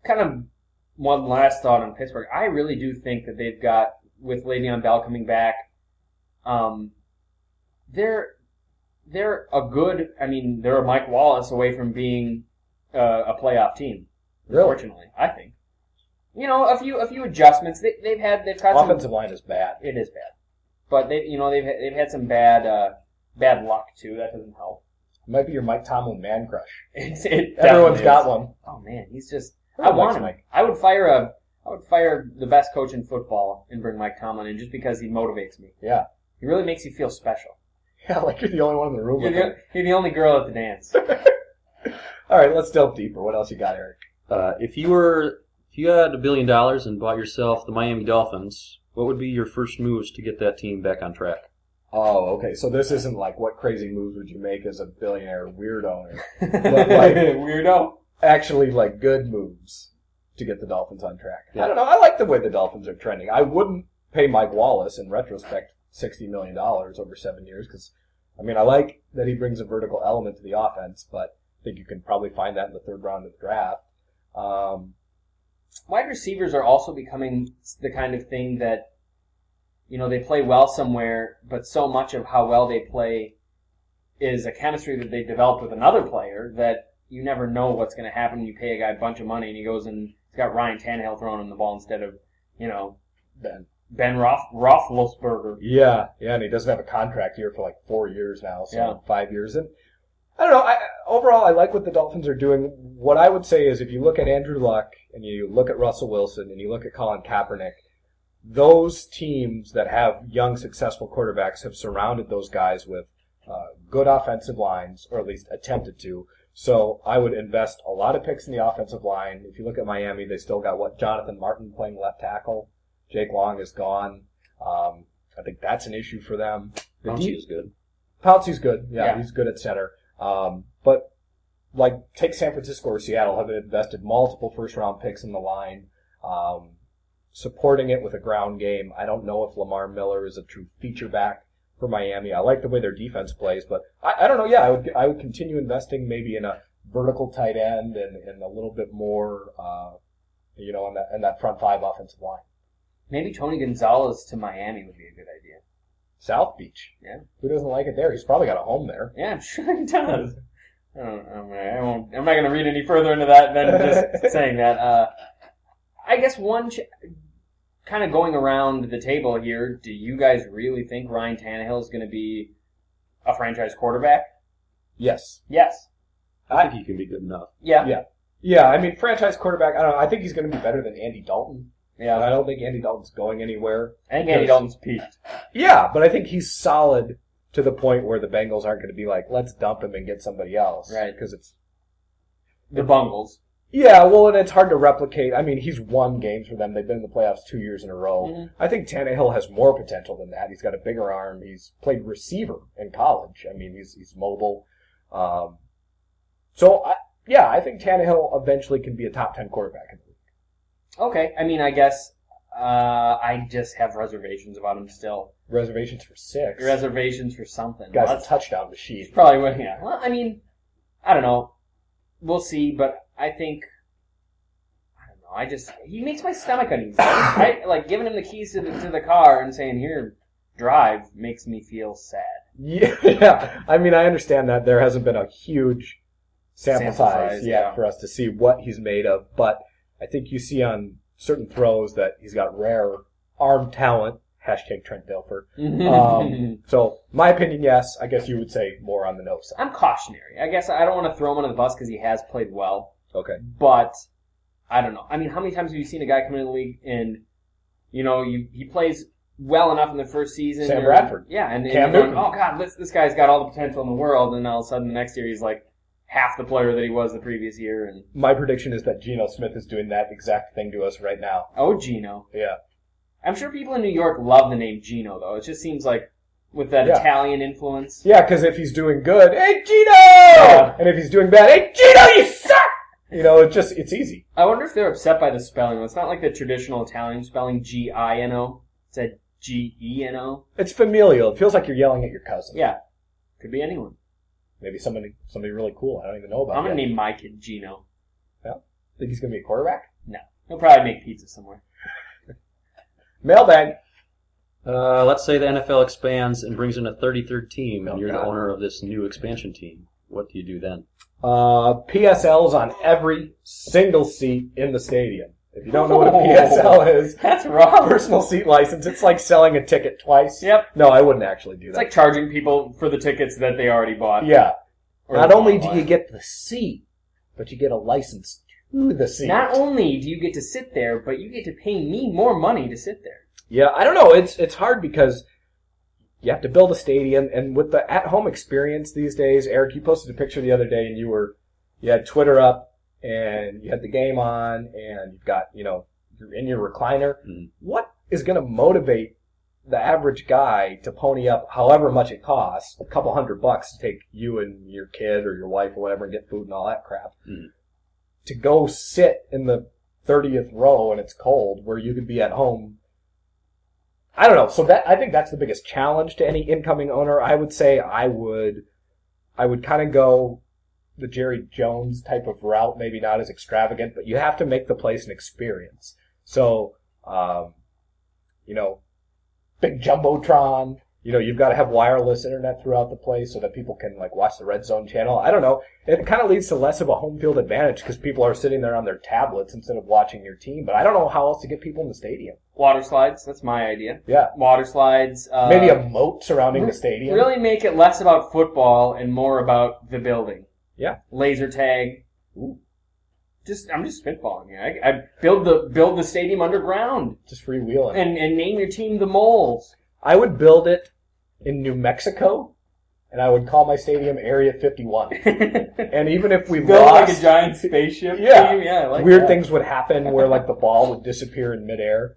Speaker 2: kind of one last thought on Pittsburgh. I really do think that they've got with Le'Veon Bell coming back, um, they're they're a good. I mean, they're a Mike Wallace away from being uh, a playoff team.
Speaker 1: Really,
Speaker 2: Fortunately, I think. You know, a few a few adjustments they, they've had. They've got some
Speaker 1: offensive line is bad.
Speaker 2: it is bad. But they, you know, they've had- they've had some bad uh, bad luck too. That doesn't help. [LAUGHS]
Speaker 1: Might be your Mike Tomlin man crush.
Speaker 2: It's, it
Speaker 1: Everyone's
Speaker 2: definitely
Speaker 1: got
Speaker 2: is.
Speaker 1: one. [LAUGHS]
Speaker 2: Oh man, he's just.
Speaker 1: Who
Speaker 2: I want
Speaker 1: likes
Speaker 2: him.
Speaker 1: Mike?
Speaker 2: I would fire a. I would fire the best coach in football and bring Mike Tomlin in just because he motivates me.
Speaker 1: Yeah.
Speaker 2: He really makes you feel special.
Speaker 1: Yeah, like you're the only one in the room
Speaker 2: You're
Speaker 1: with
Speaker 2: the,
Speaker 1: them.
Speaker 2: you're the only girl at the [LAUGHS] dance.
Speaker 1: All right, let's delve deeper. What else you got, Eric?
Speaker 3: Uh, if you were, if you had a billion dollars and bought yourself the Miami Dolphins, what would be your first moves to get that team back on track?
Speaker 1: Oh, okay. So this isn't like what crazy moves would you make as a billionaire weird owner.
Speaker 2: [LAUGHS] Weirdo.
Speaker 1: Actually, like good moves to get the Dolphins on track. I
Speaker 3: Yeah.
Speaker 1: don't know. I like the way the Dolphins are trending. I wouldn't pay Mike Wallace in retrospect sixty million dollars over seven years because, I mean, I like that he brings a vertical element to the offense, but I think you can probably find that in the third round of the draft. Um,
Speaker 2: Wide receivers are also becoming the kind of thing that, you know, they play well somewhere, but so much of how well they play is a chemistry that they developed with another player that you never know what's going to happen. when You pay a guy a bunch of money and he goes and he's got Ryan Tannehill throwing him the ball instead of, you know,
Speaker 1: ben.
Speaker 2: Ben Roth, Roethlisberger.
Speaker 1: Yeah, yeah, and he doesn't have a contract here for like four years now, so
Speaker 2: Yeah.
Speaker 1: five years. And I don't know. I, overall, I like what the Dolphins are doing. What I would say is, if you look at Andrew Luck and you look at Russell Wilson and you look at Colin Kaepernick, those teams that have young, successful quarterbacks have surrounded those guys with uh, good offensive lines, or at least attempted to. So I would invest a lot of picks in the offensive line. If you look at Miami, they still got what Jonathan Martin playing left tackle. Jake Long is gone. Um, I think that's an issue for them. The
Speaker 3: Bouncy
Speaker 1: de-
Speaker 3: is good.
Speaker 1: Pouncey's good. Yeah,
Speaker 2: Yeah.
Speaker 1: he's good at center. Um, but like take San Francisco or Seattle have invested multiple first round picks in the line, um, supporting it with a ground game. I don't know if Lamar Miller is a true feature back for Miami. I like the way their defense plays, but I, I don't know. Yeah, I would I would continue investing maybe in a vertical tight end and, and a little bit more, uh, you know, in that in that front five offensive line.
Speaker 2: Maybe Tony Gonzalez to Miami would be a good idea.
Speaker 1: South Beach.
Speaker 2: Yeah.
Speaker 1: Who doesn't like it there? He's probably got a home there.
Speaker 2: Yeah, [LAUGHS] I'm sure he does. I don't, I don't- I won't, I'm not going to read any further into that than [LAUGHS] just saying that. Uh, I guess one, ch- kind of going around the table here, do you guys really think Ryan Tannehill is going to be a franchise quarterback?
Speaker 1: Yes.
Speaker 2: Yes.
Speaker 3: I think he can be good enough.
Speaker 2: Yeah.
Speaker 1: Yeah. Yeah, I mean, franchise quarterback. I don't know. I think he's going to be better than Andy Dalton. And
Speaker 2: Yeah.
Speaker 1: I don't think Andy Dalton's going anywhere.
Speaker 2: I think Andy
Speaker 1: Because-
Speaker 2: Dalton's peaked.
Speaker 1: Yeah, but I think he's solid to the point where the Bengals aren't going to be like, let's dump him and get somebody else.
Speaker 2: Right.
Speaker 1: Because it's.
Speaker 2: The Bungles.
Speaker 1: Yeah, well, and it's hard to replicate. I mean, he's won games for them. They've been in the playoffs two years in a row.
Speaker 2: Mhm.
Speaker 1: I think Tannehill has more potential than that. He's got a bigger arm. He's played receiver in college. I mean, he's he's mobile. Um, so I, yeah, I think Tannehill eventually can be a top ten quarterback in the league.
Speaker 2: Okay. I mean, I guess uh, I just have reservations about him still.
Speaker 1: Reservations for six.
Speaker 2: Reservations for something.
Speaker 1: Guy's
Speaker 2: Let's-
Speaker 1: a touchdown machine.
Speaker 2: Probably would. Yeah. Well, I mean, I don't know. we'll see, but I think I don't know. I just he makes my stomach uneasy. [COUGHS] I, like giving him the keys to the to the car and saying here drive makes me feel sad.
Speaker 1: Yeah, yeah. [LAUGHS] I mean, I understand that there hasn't been a huge sample,
Speaker 2: Sample
Speaker 1: size,
Speaker 2: size,
Speaker 1: yet
Speaker 2: yeah.
Speaker 1: for us to see what he's made of, but I think you see on certain throws that he's got rare arm talent. Hashtag Trent [LAUGHS] Dilfer. Um, so, my opinion, yes. I guess you would say more on the no side.
Speaker 2: I'm cautionary. I guess I don't want to throw him under the bus because he has played well,
Speaker 1: Okay.
Speaker 2: but I don't know. I mean, how many times have you seen a guy come into the league and you know you he plays well enough in the first season?
Speaker 1: Sam
Speaker 2: or-
Speaker 1: Bradford.
Speaker 2: yeah, and, and
Speaker 1: Cam
Speaker 2: you're going,
Speaker 1: Newton.
Speaker 2: oh god, this this guy's got all the potential in the world, and all of a sudden the next year he's like half the player that he was the previous year, and
Speaker 1: My prediction is that Geno Smith is doing that exact thing to us right now.
Speaker 2: oh Gino.
Speaker 1: Yeah.
Speaker 2: I'm sure people in New York love the name Gino though. It just seems like with that
Speaker 1: Yeah.
Speaker 2: Italian influence.
Speaker 1: Yeah, because if he's doing good, hey, Geno! And if he's doing bad, hey, Geno, you suck! You know, it just, it's easy.
Speaker 2: I wonder if they're upset by the spelling. It's not like the traditional Italian spelling G I N O. It's a G E N O.
Speaker 1: It's familial. It feels like you're yelling at your cousin.
Speaker 2: Yeah. Could be anyone.
Speaker 1: Maybe somebody somebody really cool. I don't even know about.
Speaker 2: I'm gonna
Speaker 1: yet.
Speaker 2: name my kid Gino.
Speaker 1: Think he's gonna be a quarterback?
Speaker 2: He'll probably make pizza
Speaker 1: [LAUGHS]
Speaker 2: somewhere.
Speaker 1: Mailbag.
Speaker 3: Uh, let's say the NFL expands and brings in a 33rd team, and
Speaker 1: Oh,
Speaker 3: you're the
Speaker 1: God.
Speaker 3: owner of this new expansion team. What do you do then?
Speaker 1: Uh, PSLs on every single seat in the stadium. If you don't know what
Speaker 2: [LAUGHS]
Speaker 1: a PSL is,
Speaker 2: That's wrong.
Speaker 1: personal seat license. It's like selling a ticket twice.
Speaker 2: Yep.
Speaker 1: No, I wouldn't actually do
Speaker 2: It's
Speaker 1: that.
Speaker 2: like charging people for the tickets that they already bought.
Speaker 1: yeah.
Speaker 2: Or
Speaker 1: Not
Speaker 2: they
Speaker 1: only
Speaker 2: bought
Speaker 1: do you
Speaker 2: online.
Speaker 1: get the seat, but you get a license to the seat.
Speaker 2: Not only do you get to sit there, but you get to pay me more money to sit there.
Speaker 1: Yeah, I don't know. It's it's hard because you have to build a stadium, and with the at home experience these days, Eric, you posted a picture the other day, and you were you had Twitter up, and you had the game on, and you've got you know you're in your recliner.
Speaker 3: Mhm.
Speaker 1: What is going to motivate the average guy to pony up however much it costs, a couple hundred bucks to take you and your kid or your wife or whatever and get food and all that crap,
Speaker 3: Mhm.
Speaker 1: to go sit in the 30th row and it's cold where you could be at home I don't know. So that I think that's the biggest challenge to any incoming owner. I would say I would, I would kind of go the Jerry Jones type of route. Maybe not as extravagant, but you have to make the place an experience. So, um, you know, big jumbotron. You know, you've got to have wireless internet throughout the place so that people can like watch the Red Zone channel. I don't know. It kind of leads to less of a home field advantage because people are sitting there on their tablets instead of watching your team. But I don't know how else to get people in the stadium.
Speaker 2: Water slides, that's my idea.
Speaker 1: Yeah.
Speaker 2: Water slides. Uh,
Speaker 1: Maybe a moat surrounding the stadium.
Speaker 2: Really make it less about football and more about the building.
Speaker 1: Yeah.
Speaker 2: Laser tag.
Speaker 1: Ooh.
Speaker 2: Just I'm just spitballing here. I, I build the build the stadium underground
Speaker 1: Just freewheeling.
Speaker 2: and, and name your team the Moles. [LAUGHS]
Speaker 1: I would build it in New Mexico, and I would call my stadium Area 51.
Speaker 2: build
Speaker 1: and even if we
Speaker 2: like
Speaker 1: lost,
Speaker 2: a giant spaceship.
Speaker 1: Yeah.
Speaker 2: team. yeah. I like
Speaker 1: weird
Speaker 2: that.
Speaker 1: things would happen where like the ball would disappear in
Speaker 2: [LAUGHS]
Speaker 1: midair.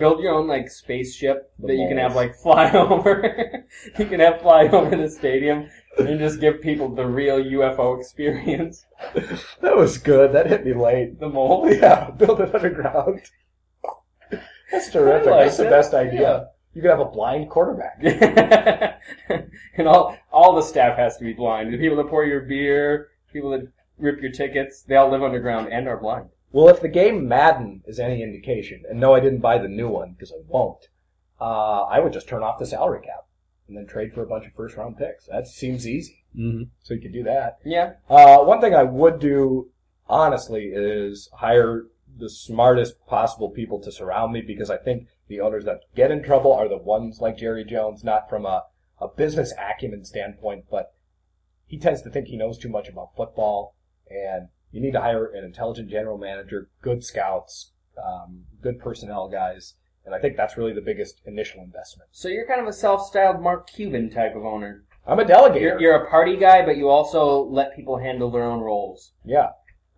Speaker 2: Build your own like spaceship
Speaker 1: The
Speaker 2: that you can have
Speaker 1: Moles.
Speaker 2: like [LAUGHS] fly over. you can have fly over the stadium and just give people the real UFO experience. [LAUGHS]
Speaker 1: That was good. That hit me late.
Speaker 2: The Moles.
Speaker 1: Oh, Yeah, [LAUGHS] build it underground. [LAUGHS] That's terrific.
Speaker 2: like
Speaker 1: That's the
Speaker 2: that.
Speaker 1: best idea.
Speaker 2: Yeah.
Speaker 1: You could have a blind quarterback.
Speaker 2: [LAUGHS] and all all the staff has to be blind. The people that pour your beer, people that rip your tickets, they all live underground and are blind.
Speaker 1: Well, if the game Madden is any indication, and no, I didn't buy the new one because I won't, uh, I would just turn off the salary cap and then trade for a bunch of first round picks. That seems easy.
Speaker 3: Mm-hmm.
Speaker 1: So you could do that.
Speaker 2: Yeah.
Speaker 1: Uh, one thing I would do, honestly, is hire the smartest possible people to surround me because I think the owners that get in trouble are the ones like Jerry Jones, not from a, a business acumen standpoint, but he tends to think he knows too much about football, and you need to hire an intelligent general manager, good scouts, um, good personnel guys, and I think that's really the biggest initial investment.
Speaker 2: So you're kind of a self-styled Mark Cuban type of owner.
Speaker 1: I'm a delegator.
Speaker 2: You're, you're a party guy, but you also let people handle their own roles.
Speaker 1: yeah.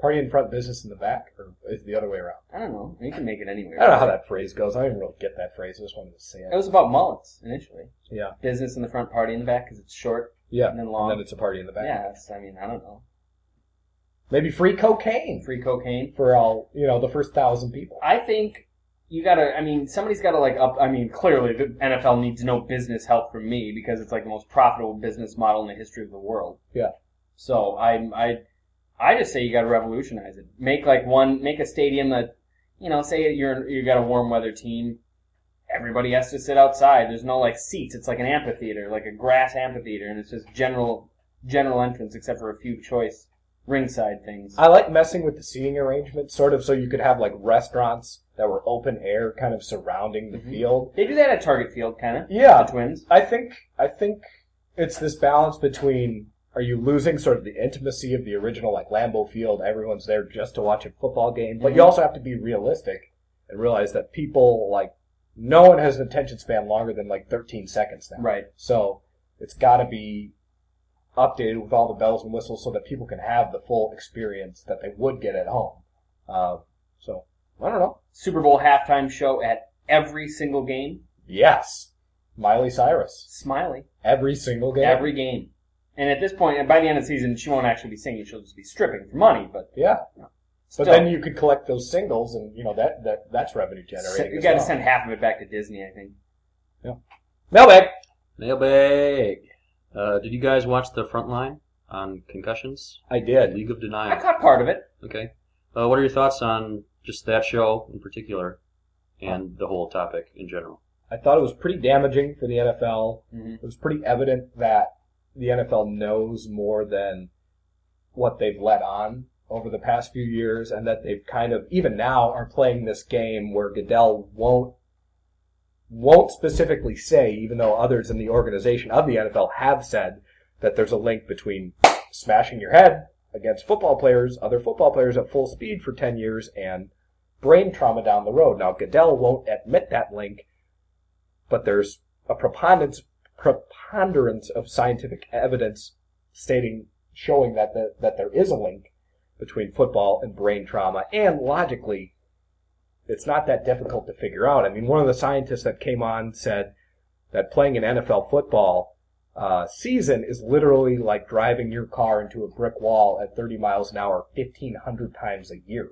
Speaker 1: Party in front, business in the back, or is it the other way around?
Speaker 2: I don't know. You can make it anywhere.
Speaker 1: I don't know how that phrase goes. I don't even really get that phrase. I just wanted to say
Speaker 2: It
Speaker 1: it.
Speaker 2: was about mullets initially.
Speaker 1: Yeah.
Speaker 2: Business in the front, party in the back, because it's short
Speaker 1: Yeah.
Speaker 2: and then
Speaker 1: And
Speaker 2: long.
Speaker 1: then it's a party in the back.
Speaker 2: yeah, that's, I mean, I don't know.
Speaker 1: Maybe free cocaine
Speaker 2: Free cocaine.
Speaker 1: for all, you know, the first thousand people.
Speaker 2: I think you gotta. I mean, somebody's gotta like up. I mean, clearly the NFL needs no business help from me because it's like the most profitable business model in the history of the world.
Speaker 1: Yeah.
Speaker 2: So I I I just say you got to revolutionize it. Make like one, make a stadium that, you know, say you're you got a warm weather team. Everybody has to sit outside. There's no like seats. It's like an amphitheater, like a grass amphitheater, and it's just general general entrance except for a few choice ringside things.
Speaker 1: I like messing with the seating arrangement, sort of, so you could have like restaurants that were open air, kind of surrounding the
Speaker 2: Mhm.
Speaker 1: field.
Speaker 2: They do that at Target Field, kind of.
Speaker 1: Yeah,
Speaker 2: The Twins.
Speaker 1: I think I think it's this balance between are you losing sort of the intimacy of the original like Lambeau Field, everyone's there just to watch a football game, but you
Speaker 2: Mhm.
Speaker 1: also have to be realistic and realize that people like no one has an attention span longer than like 13 seconds now.
Speaker 2: Right.
Speaker 1: So it's got to be updated with all the bells and whistles so that people can have the full experience that they would get at home. Uh, so I don't know.
Speaker 2: Super Bowl halftime show at every single game.
Speaker 1: Yes, Miley Cyrus
Speaker 2: Smiley.
Speaker 1: every single game.
Speaker 2: Every game. And at this point, and by the end of the season, she won't actually be singing. She'll just be stripping for money. But
Speaker 1: yeah.
Speaker 2: still,
Speaker 1: But then you could collect those singles, and you know that, that that's revenue
Speaker 2: se-
Speaker 1: generating.
Speaker 2: you
Speaker 1: as
Speaker 2: got to
Speaker 1: well.
Speaker 2: send half of it back to Disney. I think.
Speaker 1: mailbag.
Speaker 3: Mailbag. Uh, did you guys watch the front line on concussions?
Speaker 1: I did.
Speaker 3: League of
Speaker 2: I
Speaker 3: Denial.
Speaker 2: caught part of it.
Speaker 3: Okay. Uh, what are your thoughts on just that show in particular, and the whole topic in general?
Speaker 1: I thought it was pretty damaging for the NFL.
Speaker 2: Mhm.
Speaker 1: It was pretty evident that the NFL knows more than what they've let on over the past few years, and that they've kind of even now are playing this game where Goodell won't won't specifically say, even though others in the organization of the NFL have said that there's a link between smashing your head against football players, other football players at full speed for 10 years, and brain trauma down the road. Now, Goodell won't admit that link, but there's a preponderance, preponderance of scientific evidence stating, showing that, the, that there is a link between football and brain trauma, and logically, it's not that difficult to figure out. I mean, one of the scientists that came on said that playing an NFL football uh, season is literally like driving your car into a brick wall at 30 miles an hour 1,500 times a year.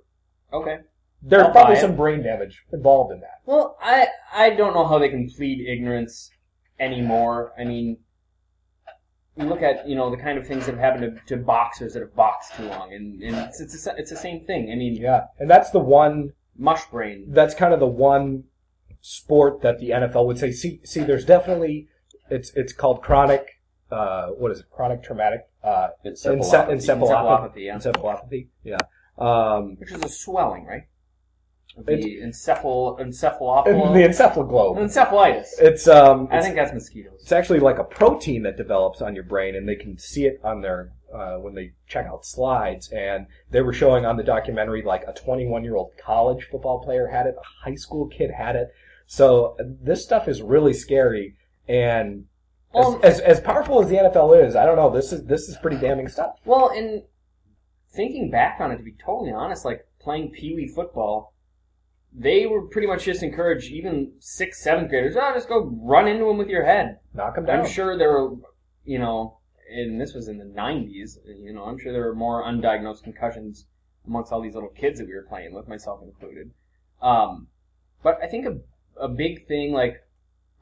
Speaker 2: Okay.
Speaker 1: There's
Speaker 2: I'll
Speaker 1: probably
Speaker 2: buy it.
Speaker 1: some brain damage involved in that.
Speaker 2: Well, I I don't know how they can plead ignorance anymore. I mean, you look at you know the kind of things that have happened to, to boxers that have boxed too long, and, and it's it's, the- it's the same thing. I mean,
Speaker 1: Yeah, and that's the one.
Speaker 2: mush brain.
Speaker 1: That's kind of the one sport that the NFL would say. See, see, there's definitely it's it's called chronic. Uh, what is it? Chronic traumatic uh, encephalopathy.
Speaker 3: Encephalopathy.
Speaker 1: encephalopathy.
Speaker 2: Encephalopathy, yeah.
Speaker 1: Encephalopathy. Yeah. Um,
Speaker 2: Which is a swelling, right? The
Speaker 1: It's-
Speaker 2: encephal
Speaker 1: and the
Speaker 2: encephalopathy.
Speaker 1: encephaloglobe.
Speaker 2: Encephalitis.
Speaker 1: It's um.
Speaker 2: I
Speaker 1: it's-
Speaker 2: think that's mosquitoes.
Speaker 1: it's actually like a protein that develops on your brain, and they can see it on their uh, when they check out slides. And they were showing on the documentary like a 21 year old college football player had it, a high school kid had it. So uh, this stuff is really scary. And as,
Speaker 2: Um,
Speaker 1: as, as powerful as the NFL is, I don't know. This is this is pretty damning stuff.
Speaker 2: Well, and thinking back on it, to be totally honest, like playing Pee Wee football, they were pretty much just encouraged, even sixth, seventh graders, oh, just go run into them with your head.
Speaker 1: Knock them down.
Speaker 2: I'm sure there were, you know, and this was in the 90s, you know, I'm sure there were more undiagnosed concussions amongst all these little kids that we were playing with, myself included. Um, but I think a, a big thing, like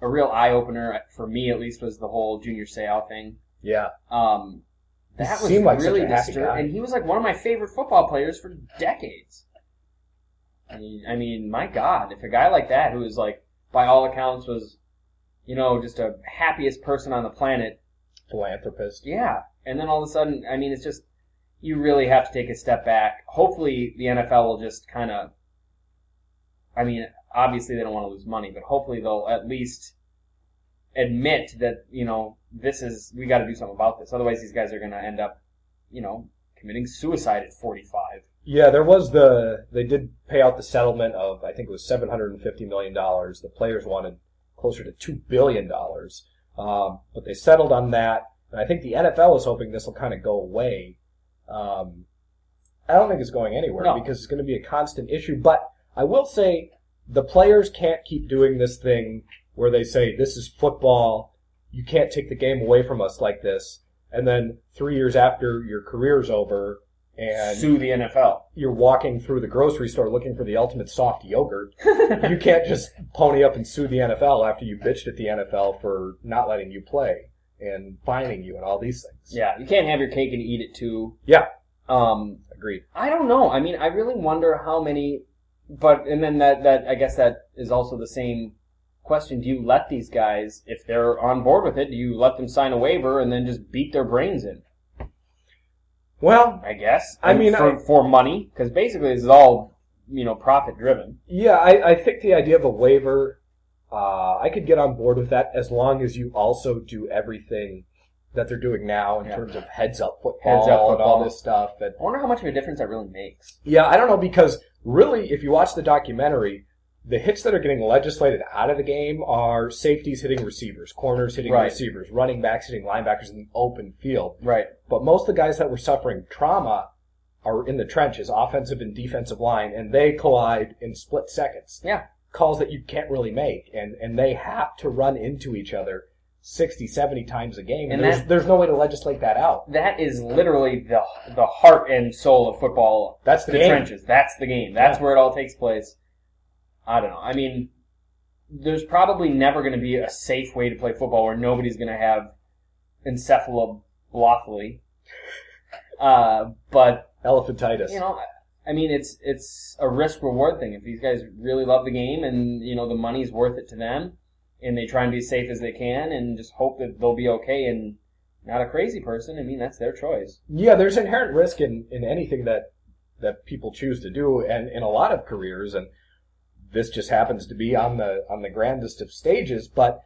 Speaker 2: a real eye opener, for me at least, was the whole Junior Seau thing.
Speaker 1: Yeah,
Speaker 2: Um,
Speaker 1: He
Speaker 2: that was
Speaker 1: seemed like such
Speaker 2: really
Speaker 1: a happy
Speaker 2: disturbing,
Speaker 1: guy.
Speaker 2: and he was like one of my favorite football players for decades. I mean, I mean, my God, if a guy like that, who is like by all accounts was, you know, just a happiest person on the planet,
Speaker 1: philanthropist.
Speaker 2: yeah, and then all of a sudden, I mean, it's just you really have to take a step back. Hopefully, the NFL will just kind of, I mean, obviously they don't want to lose money, but hopefully they'll at least admit that you know this is we got to do something about this. Otherwise, these guys are going to end up, you know, committing suicide at 45.
Speaker 1: Yeah, there was the they did pay out the settlement of I think it was seven hundred and fifty million dollars. The players wanted closer to two billion dollars, um, but they settled on that. And I think the NFL is hoping this will kind of go away. Um, I don't think it's going anywhere
Speaker 2: No.
Speaker 1: because it's going to be a constant issue. But I will say the players can't keep doing this thing where they say this is football. You can't take the game away from us like this. And then three years after your career's over, and
Speaker 2: Sue the NFL.
Speaker 1: you're walking through the grocery store looking for the ultimate soft
Speaker 2: [LAUGHS]
Speaker 1: yogurt. you can't just pony up and sue the NFL after you bitched at the NFL for not letting you play and fining you and all these things.
Speaker 2: Yeah, you can't have your cake and eat it too.
Speaker 1: Yeah.
Speaker 2: Um,
Speaker 1: Agreed.
Speaker 2: I don't know. I mean, I really wonder how many. But and then that that I guess that is also the same question. Do you let these guys, if they're on board with it, do you let them sign a waiver and then just beat their brains in?
Speaker 1: Well,
Speaker 2: I guess.
Speaker 1: I
Speaker 2: And
Speaker 1: mean,
Speaker 2: for,
Speaker 1: I-
Speaker 2: for money, because basically this is all you know profit driven.
Speaker 1: yeah, I, I think the idea of a waiver, uh, I could get on board with that as long as you also do everything that they're doing now in
Speaker 2: Yeah.
Speaker 1: terms of heads up football,
Speaker 2: Heads up
Speaker 1: and all
Speaker 2: football.
Speaker 1: this stuff. And
Speaker 2: I wonder how much of a difference that really makes.
Speaker 1: yeah, I don't know because really, if you watch the documentary. The hits that are getting legislated out of the game are safeties hitting receivers, corners hitting
Speaker 2: Right.
Speaker 1: receivers, running backs hitting linebackers in the open field.
Speaker 2: Right.
Speaker 1: But most of the guys that were suffering trauma are in the trenches, offensive and defensive line, and they collide in split seconds.
Speaker 2: Yeah.
Speaker 1: Calls that you can't really make, and, and they have to run into each other 60, 70 times a game. And,
Speaker 2: And
Speaker 1: there's,
Speaker 2: that-
Speaker 1: there's no way to legislate that out.
Speaker 2: That is literally the the heart and soul of football
Speaker 1: That's the,
Speaker 2: the
Speaker 1: game.
Speaker 2: trenches. That's the game. That's
Speaker 1: Yeah.
Speaker 2: where it all takes place. I don't know. I mean, there's probably never going to be a safe way to play football where nobody's going to have encephalopathy. Uh, but
Speaker 1: Elephantitis.
Speaker 2: you know, I- I mean, it's it's a risk reward thing. If these guys really love the game and you know the money's worth it to them, and they try and be as safe as they can, and just hope that they'll be okay and not a crazy person. I mean, that's their choice.
Speaker 1: Yeah, there's inherent risk in, in anything that that people choose to do, and in a lot of careers, and this just happens to be on the on the grandest of stages. But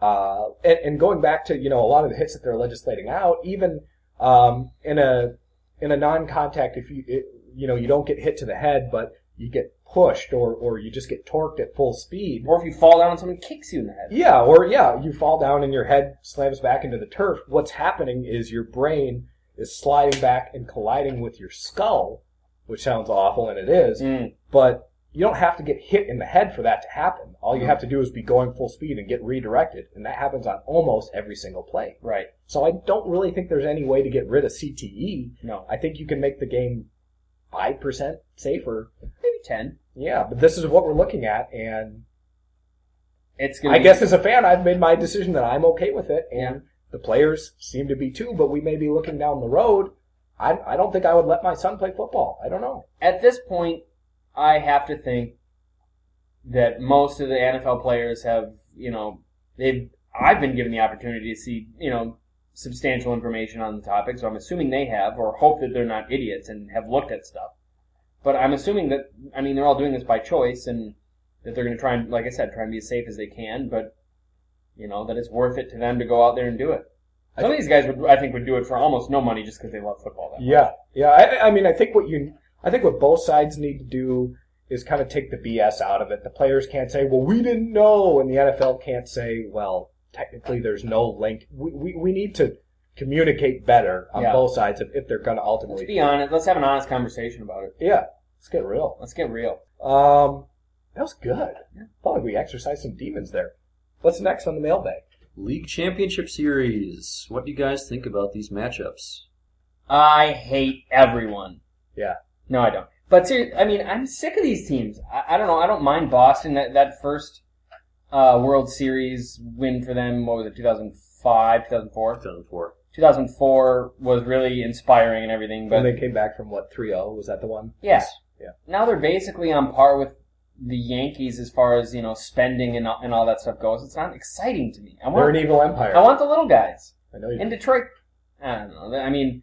Speaker 1: uh, and, and going back to you know a lot of the hits that they're legislating out, even um, in a in a non-contact, if you it, you know you don't get hit to the head, but you get pushed or or you just get torqued at full speed.
Speaker 2: Or if you fall down and someone kicks you in the head.
Speaker 1: Yeah, or yeah, you fall down and your head slams back into the turf. What's happening is your brain is sliding back and colliding with your skull, which sounds awful and it is,
Speaker 2: Mm.
Speaker 1: but you don't have to get hit in the head for that to happen. All you have to do is be going full speed and get redirected, and that happens on almost every single play.
Speaker 2: Right.
Speaker 1: So I don't really think there's any way to get rid of CTE.
Speaker 2: No.
Speaker 1: I think you can make the game 5% safer.
Speaker 2: Maybe ten.
Speaker 1: Yeah, but this is what we're looking at, and
Speaker 2: It's gonna.
Speaker 1: I
Speaker 2: be-
Speaker 1: guess as a fan, I've made my decision that I'm okay with it, and
Speaker 2: Yeah.
Speaker 1: the players seem to be too. But we may be looking down the road. I, I don't think I would let my son play football. I don't know.
Speaker 2: at this point, I have to think that most of the NFL players have, you know, they've. I've been given the opportunity to see, you know, substantial information on the topic, so I'm assuming they have, or hope that they're not idiots and have looked at stuff. But I'm assuming that, I mean, they're all doing this by choice, and that they're going to try and, like I said, try and be as safe as they can. But you know, that it's worth it to them to go out there and do it.
Speaker 1: I
Speaker 2: Some of these guys would, I think, would do it for almost no money just because they love football. That much.
Speaker 1: Yeah, yeah. I, I mean, I think what you, I think what both sides need to do is kind of take the BS out of it. The players can't say, "Well, we didn't know," and the NFL can't say, "Well, technically, there's no link." We we, we need to communicate better on
Speaker 2: Yeah.
Speaker 1: both sides if, if they're going to
Speaker 2: Let's
Speaker 1: ultimately.
Speaker 2: be honest. Let's have an honest conversation about it.
Speaker 1: Yeah, let's get real.
Speaker 2: Let's get real.
Speaker 1: Um, that was good. Felt like we exercised some demons there. What's next on the mailbag?
Speaker 3: League Championship Series. What do you guys think about these matchups?
Speaker 2: I hate everyone.
Speaker 1: Yeah.
Speaker 2: No, I don't. But seriously, I mean, I'm sick of these teams. I, I don't know. I don't mind Boston. That that first uh, World Series win for them. What was it? 2005, 2004,
Speaker 3: 2004.
Speaker 2: 2004 was really inspiring and everything. But
Speaker 1: When they came back from what 3-0 was that the one?
Speaker 2: Yeah.
Speaker 1: Yeah.
Speaker 2: Now they're basically on par with the Yankees as far as you know spending and all- and all that stuff goes. It's not exciting to me. I
Speaker 1: They're an
Speaker 2: want
Speaker 1: evil empire.
Speaker 2: I want the little guys.
Speaker 1: I know you.
Speaker 2: In Detroit, I don't know. I mean,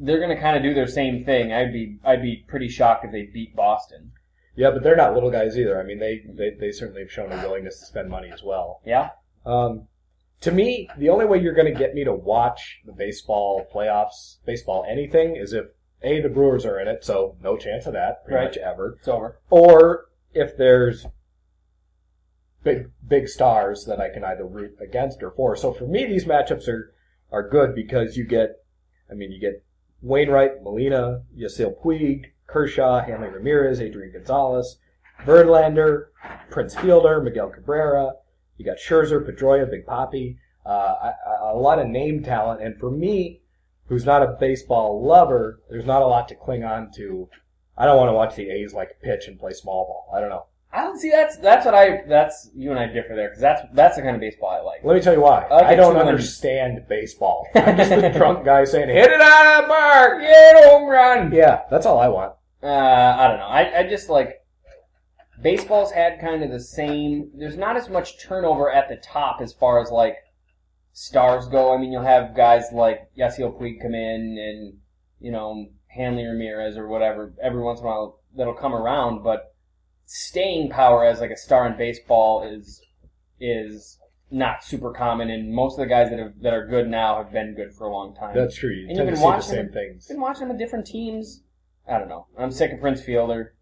Speaker 2: they're going to kind of do their same thing. I'd be I'd be pretty shocked if they beat Boston.
Speaker 1: yeah, but they're not little guys either. I mean, they, they they certainly have shown a willingness to spend money as well.
Speaker 2: Yeah.
Speaker 1: Um, to me, the only way you're going to get me to watch the baseball playoffs, baseball anything, is if a the Brewers are in it, so no chance of that pretty
Speaker 2: Right.
Speaker 1: much ever.
Speaker 2: It's over.
Speaker 1: Or if there's big big stars that I can either root against or for. So for me, these matchups are are good because you get, I mean, you get Wainwright, Molina, Yasiel Puig, Kershaw, Hanley Ramirez, Adrian Gonzalez, Verlander, Prince Fielder, Miguel Cabrera. You got Scherzer, Pedroia, Big Poppy, uh, a, a lot of name talent. And for me, who's not a baseball lover, there's not a lot to cling on to. I don't want to watch the A's like pitch and play small ball. I don't know.
Speaker 2: I don't see that's that's what I that's you and I differ there because that's that's the kind of baseball I like.
Speaker 1: Let me tell you why.
Speaker 2: I like
Speaker 1: I don't
Speaker 2: two wins.
Speaker 1: understand baseball. I'm just
Speaker 2: [LAUGHS]
Speaker 1: the drunk guy saying, hit it!
Speaker 2: out of the park! Yeah, home run!
Speaker 1: Yeah, that's all I want.
Speaker 2: Uh, I don't know. I, I just like baseball's had kind of the same. There's not as much turnover at the top as far as like stars go. I mean, you'll have guys like Yasiel Puig come in, and you know Hanley Ramirez or whatever every once in a while that'll come around. But staying power as like a star in baseball is is not super common, and most of the guys that have, that are good now have been good for a long time.
Speaker 1: That's true. You
Speaker 2: And
Speaker 1: tend
Speaker 2: you've
Speaker 1: to
Speaker 2: been
Speaker 1: see the
Speaker 2: watching
Speaker 1: same
Speaker 2: it.
Speaker 1: things.
Speaker 2: Been watching them with different teams. I don't know. I'm sick of Prince Fielder.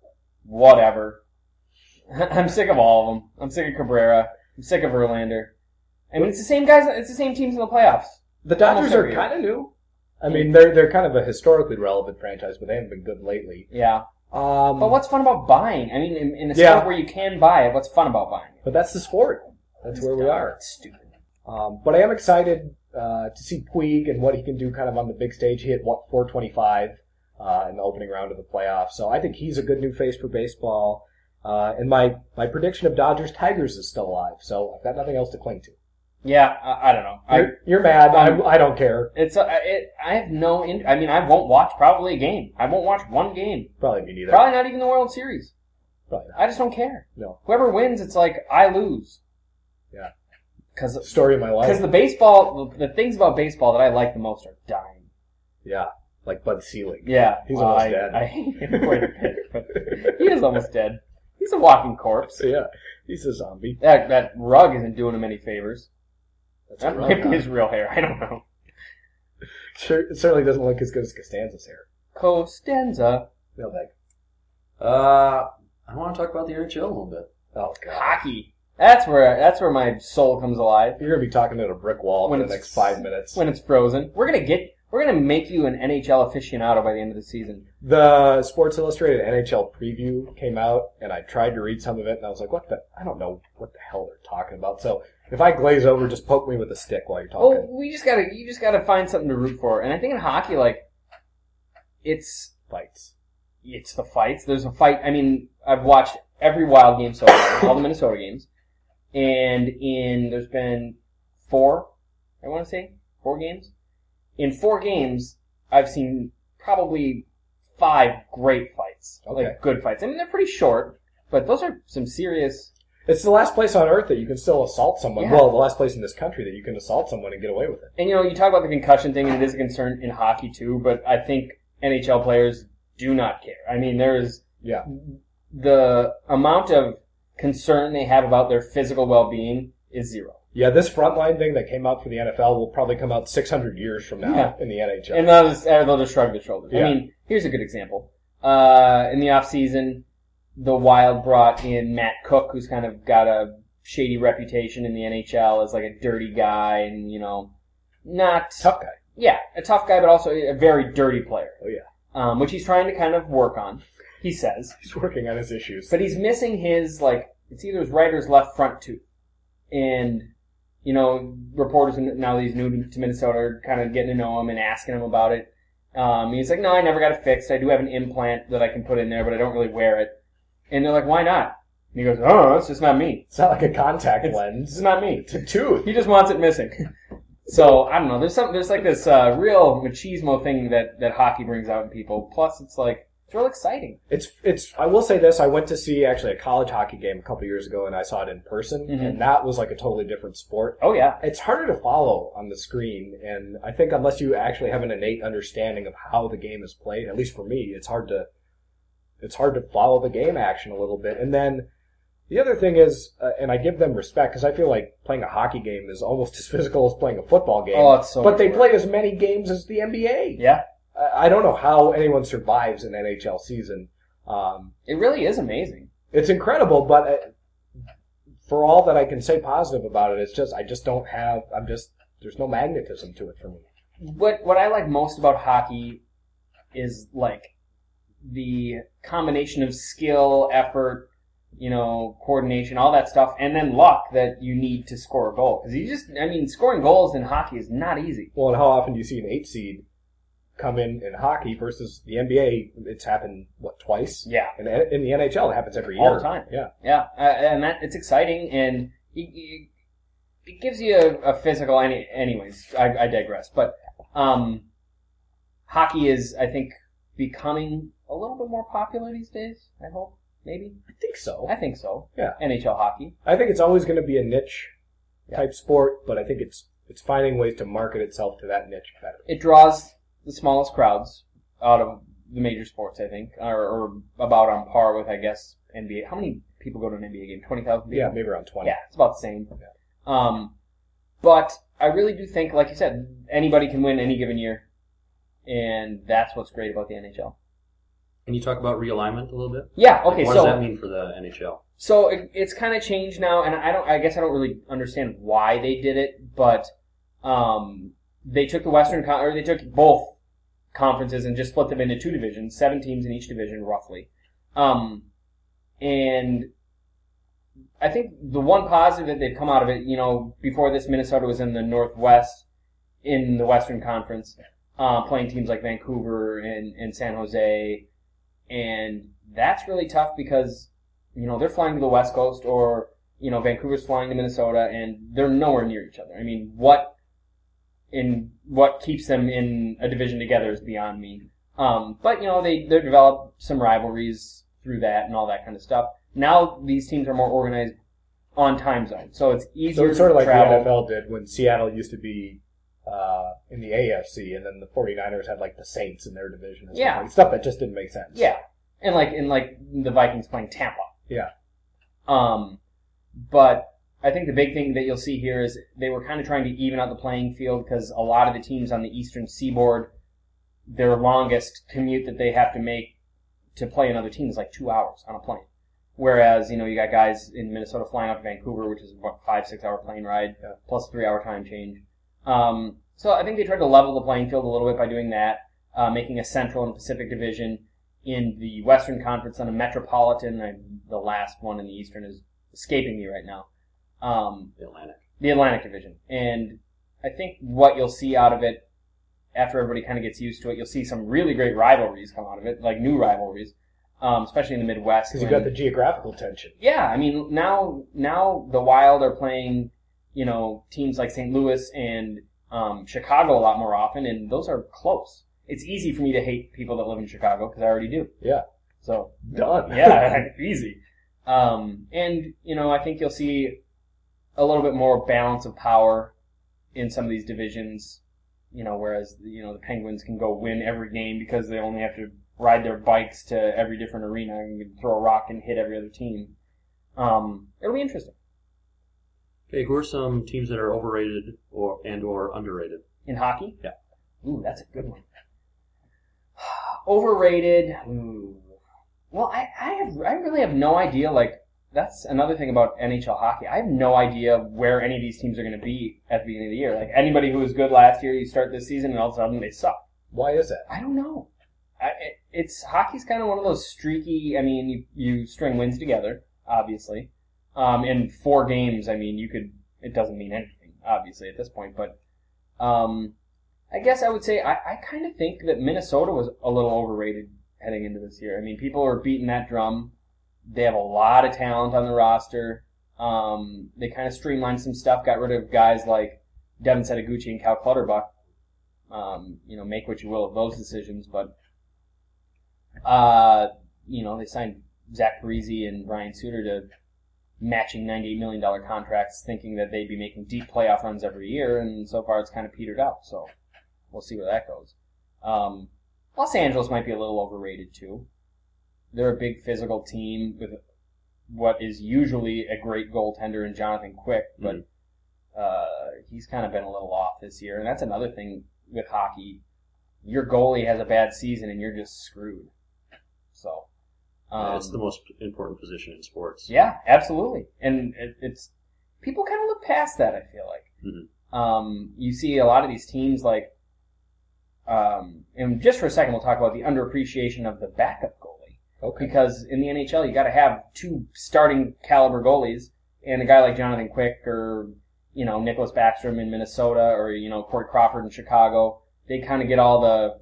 Speaker 2: Whatever. [LAUGHS] I'm sick of all of them. I'm sick of Cabrera. I'm sick of Verlander. I mean, it's the same guys. It's the same teams in the playoffs.
Speaker 1: The Dodgers
Speaker 2: Almost
Speaker 1: are
Speaker 2: every year.
Speaker 1: kind of new. I
Speaker 2: Mm-hmm.
Speaker 1: mean, they're they're kind of a historically relevant franchise, but they haven't been good lately.
Speaker 2: Yeah.
Speaker 1: Um,
Speaker 2: But what's fun about buying? I mean, in, in a
Speaker 1: Yeah.
Speaker 2: sport where you can buy it, what's fun about buying? it?
Speaker 1: but that's the sport. That's where we are.
Speaker 2: It's stupid.
Speaker 1: Um, but I am excited uh, to see Puig and what he can do kind of on the big stage. He hit what 425 uh, in the opening round of the playoffs, so I think he's a good new face for baseball. Uh, and my my prediction of Dodgers Tigers is still alive, so I've got nothing else to cling to.
Speaker 2: Yeah. I, I don't know. I,
Speaker 1: You're, you're mad. I, I don't care.
Speaker 2: it's a, it, I have no. In, I mean, I won't watch probably a game. I won't watch one game.
Speaker 1: Probably me neither.
Speaker 2: Probably not even the World Series.
Speaker 1: Probably not.
Speaker 2: I just don't care.
Speaker 1: No.
Speaker 2: Whoever wins, it's like I lose.
Speaker 1: Yeah.
Speaker 2: Because
Speaker 1: Story of my life.
Speaker 2: the baseball, the things about baseball that I like the most are dying.
Speaker 1: Yeah, like Bud Selig. [LAUGHS]
Speaker 2: Yeah,
Speaker 1: He's
Speaker 2: well,
Speaker 1: almost
Speaker 2: I,
Speaker 1: dead.
Speaker 2: I hate him quite a bit, but he is almost dead. He's a walking corpse.
Speaker 1: So yeah, he's a zombie.
Speaker 2: That that rug isn't doing him any favors.
Speaker 1: That's
Speaker 2: That
Speaker 1: right.
Speaker 2: might be his real hair. I don't know.
Speaker 1: Sure, it certainly doesn't look as good as Costanza's hair.
Speaker 2: Costanza,
Speaker 1: No thank.
Speaker 3: Uh, I want to talk about the NHL a little bit.
Speaker 1: Oh god,
Speaker 2: hockey. That's where that's where my soul comes alive
Speaker 1: you're gonna be talking at a brick wall
Speaker 2: When
Speaker 1: for the
Speaker 2: it's-
Speaker 1: next five minutes.
Speaker 2: when it's frozen. We're gonna get. We're gonna make you an NHL aficionado by the end of the season.
Speaker 1: The Sports Illustrated NHL preview came out, and I tried to read some of it, and I was like, "What the? I don't know what the hell they're talking about." So if I glaze over, just poke me with a stick while you're talking.
Speaker 2: Well, we just gotta you just gotta find something to root for, and I think in hockey, like it's
Speaker 1: Fights.
Speaker 2: it's the fights. There's a fight. I mean, I've watched every Wild game so far, all the Minnesota games, and in there's been four. I want to say four games. In four games, I've seen probably five great fights,
Speaker 1: Okay.
Speaker 2: like good fights. I mean, they're pretty short, but those are some serious.
Speaker 1: It's the last place on earth that you can still assault someone.
Speaker 2: Yeah.
Speaker 1: Well, the last place in this country that you can assault someone and get away with it.
Speaker 2: And you know, you talk about the concussion thing, and it is a concern in hockey too. But I think NHL players do not care. I mean, there is
Speaker 1: Yeah.
Speaker 2: the amount of concern they have about their physical well-being is zero.
Speaker 1: Yeah, this frontline thing that came out for the NFL will probably come out 600 years from now
Speaker 2: Yeah.
Speaker 1: in the NHL.
Speaker 2: And uh, they'll just, they'll just shrug their shoulders.
Speaker 1: Yeah.
Speaker 2: I mean, here's a good example. Uh, in the offseason, the Wild brought in Matt Cook, who's kind of got a shady reputation in the NHL as like a dirty guy and, you know, not
Speaker 1: Tough guy.
Speaker 2: Yeah, a tough guy, but also a very dirty player.
Speaker 1: Oh, yeah.
Speaker 2: Um, which he's trying to kind of work on, he says.
Speaker 1: He's working on his issues.
Speaker 2: But he's missing his like it's either his right or his left front tooth, and you know reporters in- now that he's new to Minnesota are kind of getting to know him and asking him about it. Um, he's like, no, I never got it fixed. I do have an implant that I can put in there, but I don't really wear it. And they're like, why not? And he goes, oh, it's just not me.
Speaker 1: It's not like a contact
Speaker 2: It's- This
Speaker 1: lens.
Speaker 2: is not me.
Speaker 1: It's a tooth.
Speaker 2: He just wants it missing. [LAUGHS] So I don't know. There's some. There's like this uh, real machismo thing that that hockey brings out in people. Plus, it's like it's real exciting.
Speaker 1: It's it's. I will say this: I went to see actually a college hockey game a couple years ago, and I saw it in person,
Speaker 2: Mhm.
Speaker 1: and that was like a totally different sport.
Speaker 2: Oh yeah.
Speaker 1: It's harder to follow on the screen, and I think unless you actually have an innate understanding of how the game is played, at least for me, it's hard to it's hard to follow the game action a little bit. And then the other thing is, uh, and I give them respect because I feel like playing a hockey game is almost [LAUGHS] as physical as playing a football game.
Speaker 2: Oh, it's so.
Speaker 1: but
Speaker 2: much
Speaker 1: they
Speaker 2: work.
Speaker 1: play as many games as the NBA.
Speaker 2: Yeah.
Speaker 1: I I don't know how anyone survives an NHL season. Um,
Speaker 2: It really is amazing.
Speaker 1: it's incredible, but uh, for all that I can say positive about it, it's just I just don't have. I'm just there's no magnetism to it for me.
Speaker 2: What what I like most about hockey is like the combination of skill, effort, you know, coordination, all that stuff, and then luck that you need to score a goal. Because you just, I mean, scoring goals in hockey is not easy.
Speaker 1: Well, and how often do you see an eight seed come in in hockey versus the NBA. It's happened what twice,
Speaker 2: Yeah,
Speaker 1: and in the NHL it happens every year.
Speaker 2: All the time.
Speaker 1: Yeah,
Speaker 2: yeah, uh, and that it's exciting and you, you, it gives you a, a physical. Any, anyways, I, I digress. But um, hockey is, I think, becoming a little bit more popular these days. I hope, maybe.
Speaker 1: I think so.
Speaker 2: I think so.
Speaker 1: Yeah.
Speaker 2: NHL hockey.
Speaker 1: I think it's always going to be a niche type sport, but I think it's it's finding ways to market itself to that niche better.
Speaker 2: It draws the smallest crowds out of the major sports, I think, or, or about on par with, I guess, NBA. How many people go to an NBA game? Twenty thousand.
Speaker 1: Yeah, maybe around twenty.
Speaker 2: Yeah, it's about the same. Um, but I really do think, like you said, anybody can win any given year, and that's what's great about the NHL.
Speaker 3: Can you talk about realignment a little bit?
Speaker 2: Yeah. Okay.
Speaker 3: What
Speaker 2: so
Speaker 3: does that mean for the NHL?
Speaker 2: so it, it's kind of changed now, and I don't. I guess I don't really understand why they did it, but um, they took the Western Con- or they took both conferences and just split them into two divisions, seven teams in each division, roughly. Um, and I think the one positive that they've come out of it, you know, before this, Minnesota was in the Northwest in the Western Conference, uh, playing teams like Vancouver and, and San Jose. And that's really tough because, you know, they're flying to the West Coast or, you know, Vancouver's flying to Minnesota and they're nowhere near each other. I mean, what in what keeps them in a division together is beyond me. Um, but you know, they they developed some rivalries through that and all that kind of stuff. Now these teams are more organized on time zone, so it's easier
Speaker 1: So it's sort of
Speaker 2: to
Speaker 1: like
Speaker 2: travel.
Speaker 1: the NFL did when Seattle used to be uh, in the AFC, and then the 49ers had like the Saints in their division. and stuff
Speaker 2: Yeah.
Speaker 1: like- stuff that just didn't make sense.
Speaker 2: Yeah, and like and like the Vikings playing Tampa.
Speaker 1: Yeah.
Speaker 2: Um, but I think the big thing that you'll see here is they were kind of trying to even out the playing field because a lot of the teams on the Eastern Seaboard, their longest commute that they have to make to play another team is like two hours on a plane. Whereas you know you got guys in Minnesota flying out to Vancouver, which is what five six hour plane ride
Speaker 1: Yeah.
Speaker 2: plus three hour time change. Um, so I think they tried to level the playing field a little bit by doing that, uh, making a Central and Pacific division in the Western Conference and a Metropolitan. And the last one in the Eastern is escaping me right now. Um,
Speaker 3: The Atlantic.
Speaker 2: the Atlantic Division. And I think what you'll see out of it after everybody kind of gets used to it, you'll see some really great rivalries come out of it, like new rivalries, um, especially in the Midwest.
Speaker 1: because you
Speaker 2: when-
Speaker 1: got the geographical tension.
Speaker 2: yeah, I mean now now the Wild are playing, you know, teams like St. Louis and um, Chicago a lot more often, and those are close. It's easy for me to hate people that live in Chicago because I already do.
Speaker 1: Yeah.
Speaker 2: So
Speaker 1: Done.
Speaker 2: yeah, [LAUGHS] easy. Um, and you know, I think you'll see a little bit more balance of power in some of these divisions. You know, whereas you know the Penguins can go win every game because they only have to ride their bikes to every different arena and throw a rock and hit every other team. Um, it'll be interesting
Speaker 3: Okay, who are some teams that are overrated or and or underrated?
Speaker 2: in hockey.
Speaker 3: Yeah.
Speaker 2: Ooh, that's a good one. [SIGHS] Overrated. Ooh. Well, I, I have I really have no idea. Like that's another thing about NHL hockey. I have no idea where any of these teams are going to be at the beginning of the year. Like anybody who was good last year, you start this season and all of a sudden they suck.
Speaker 1: [LAUGHS] Why is that?
Speaker 2: I don't know. I, it, it's hockey's kind of one of those streaky. I mean, you you string wins together, obviously. Um, in four games, I mean, you could. It doesn't mean anything, obviously, at this point. But um, I guess I would say I, I kind of think that Minnesota was a little overrated heading into this year. I mean, people are beating that drum. They have a lot of talent on the roster. Um, they kind of streamlined some stuff, got rid of guys like Devin Setaguchi and Cal Clutterbuck, um, you know, make what you will of those decisions. But, uh, you know, they signed Zach Parisi and Ryan Suter to matching $98 million contracts, thinking that they'd be making deep playoff runs every year, and so far it's kind of petered out. So we'll see where that goes. Um, Los Angeles might be a little overrated, too. They're a big physical team with what is usually a great goaltender in Jonathan Quick, but uh, he's kind of been a little off this year, and that's another thing with hockey. Your goalie has a bad season, and you're just screwed. So, um,
Speaker 3: That's the most important position in sports.
Speaker 2: yeah, absolutely. And it, it's people kind of look past that. I feel like um, you see a lot of these teams like, um, and just for a second, we'll talk about the underappreciation of the backup goalie
Speaker 1: Okay.
Speaker 2: because in the NHL you got to have two starting caliber goalies and a guy like Jonathan Quick or you know Nicholas Backstrom in Minnesota or you know Corey Crawford in Chicago. They kind of get all the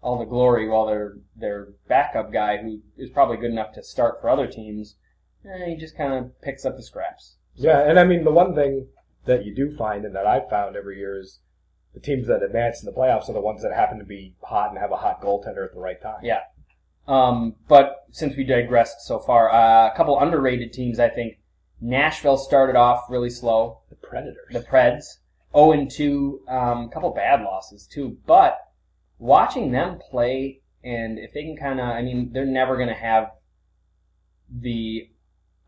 Speaker 2: all the glory while their their backup guy, who is probably good enough to start for other teams, eh, he just kind of picks up the scraps.
Speaker 1: Yeah, and I mean the one thing that you do find and that I've found every year is the teams that advance in the playoffs are the ones that happen to be hot and have a hot goaltender at the right time.
Speaker 2: Yeah. Um, but since we digressed so far, uh, a couple underrated teams, I think. Nashville started off really slow.
Speaker 1: The Predators.
Speaker 2: the Preds. 0 and 2, um, a couple bad losses too. But watching them play, and if they can kind of, I mean, they're never going to have the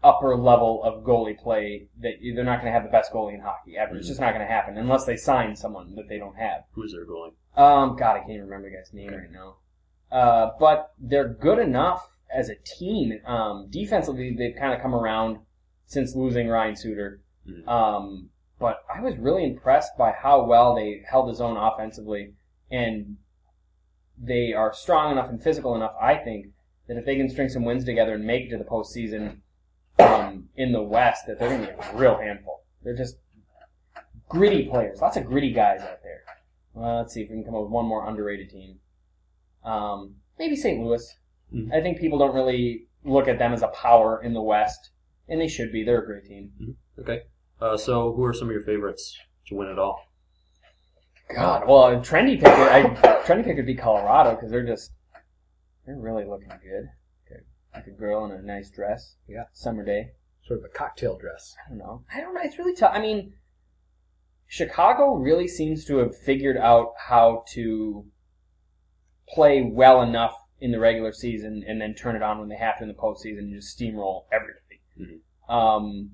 Speaker 2: upper level of goalie play that they're not going to have the best goalie in hockey ever. It's just not going to happen unless they sign someone that they don't have.
Speaker 3: Who's their goalie?
Speaker 2: Um, God, I can't even remember the guy's name right now. Uh, but they're good enough as a team. Um, defensively, they've kind of come around since losing Ryan Suter.
Speaker 3: Mhm.
Speaker 2: Um, but I was really impressed by how well they held his own offensively, and they are strong enough and physical enough, I think, that if they can string some wins together and make it to the postseason um, in the West, that they're going to be a real handful. They're just gritty players. Lots of gritty guys out there. Uh, let's see if we can come up with one more underrated team. Um, maybe St. Louis.
Speaker 3: Mhm.
Speaker 2: I think people don't really look at them as a power in the West, and they should be. They're a great team.
Speaker 3: Okay. Uh, so, who are some of your favorites to win it all?
Speaker 2: God, well, a trendy pick. would- I trendy pick would be Colorado because they're just they're really looking good. Okay. Like a girl in a nice dress.
Speaker 1: Yeah.
Speaker 2: Summer day.
Speaker 1: Sort of a cocktail dress.
Speaker 2: I don't know. I don't know. It's really tough. I mean, Chicago really seems to have figured out how to play well enough in the regular season and then turn it on when they have to in the postseason and just steamroll everything. Um,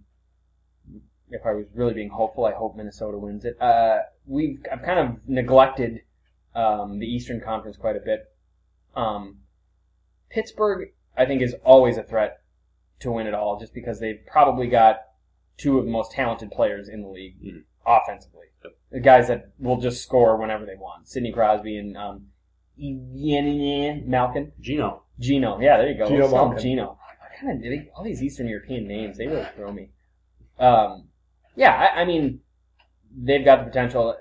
Speaker 2: if I was really being hopeful, I hope Minnesota wins it. Uh, we've I've kind of neglected um, the Eastern Conference quite a bit. Um, Pittsburgh, I think, is always a threat to win it all, just because they've probably got two of the most talented players in the league
Speaker 3: Mhm.
Speaker 2: offensively.
Speaker 3: Yep.
Speaker 2: The guys that will just score whenever they want. Sidney Crosby and um, Malkin.
Speaker 3: Gino.
Speaker 2: Gino. Yeah, there you go.
Speaker 1: Gino
Speaker 2: Let's call him
Speaker 1: Malkin.
Speaker 2: Gino. I kinda- they- all these Eastern European names, they really throw me. Um, yeah, I, I mean, they've got the potential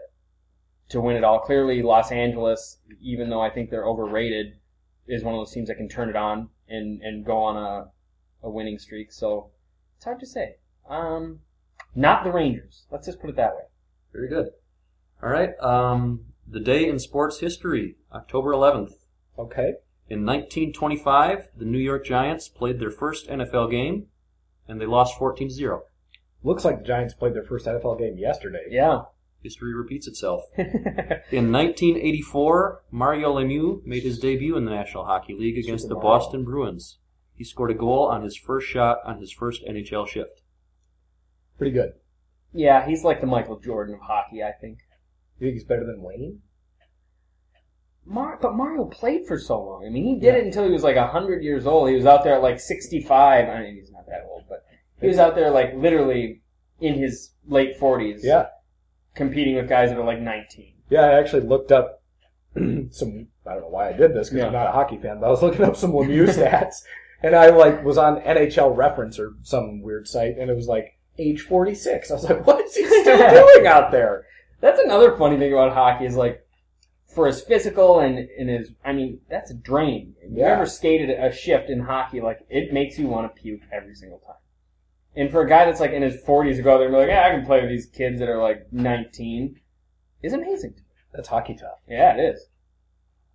Speaker 2: to win it all. Clearly, Los Angeles, even though I think they're overrated, is one of those teams that can turn it on and, and go on a, a winning streak. So it's hard to say. Um, not the Rangers. Let's just put it that way.
Speaker 3: Very good. All right. Um, the day in sports history, October 11th.
Speaker 1: Okay.
Speaker 3: In 1925, the New York Giants played their first NFL game, and they lost 14 0.
Speaker 1: Looks like the Giants played their first NFL game yesterday.
Speaker 2: Yeah. [LAUGHS]
Speaker 3: History repeats itself. In 1984, Mario Lemieux made his debut in the National Hockey League against
Speaker 1: Super
Speaker 3: the
Speaker 1: Mario.
Speaker 3: Boston Bruins. He scored a goal on his first shot on his first NHL shift.
Speaker 1: Pretty good.
Speaker 2: yeah, he's like the Michael Jordan of hockey, I think.
Speaker 1: You think he's better than Wayne?
Speaker 2: Mar- but Mario played for so long. I mean, he did it until he was like 100 years old. He was out there at like 65. I mean, he's not that old, but he was out there like literally in his late 40s
Speaker 1: Yeah.
Speaker 2: competing with guys that are like 19.
Speaker 1: Yeah, I actually looked up [CLEARS THROAT] some. I don't know why I did this because
Speaker 2: Yeah.
Speaker 1: I'm not a hockey fan, but I was looking up some [LAUGHS] Lemieux stats, and I like was on NHL Reference or some weird site, and it was like age 46. I was like, [LAUGHS] what is he still doing out there?
Speaker 2: That's another funny thing about hockey is like for his physical and, and his, I mean, that's a drain. If you
Speaker 1: Yeah.
Speaker 2: ever skated a shift in hockey, like it makes you want to puke every single time. And for a guy that's like in his 40s to go out there and be like, yeah, I can play with these kids that are like 19 is amazing.
Speaker 1: That's hockey tough.
Speaker 2: Yeah, it is.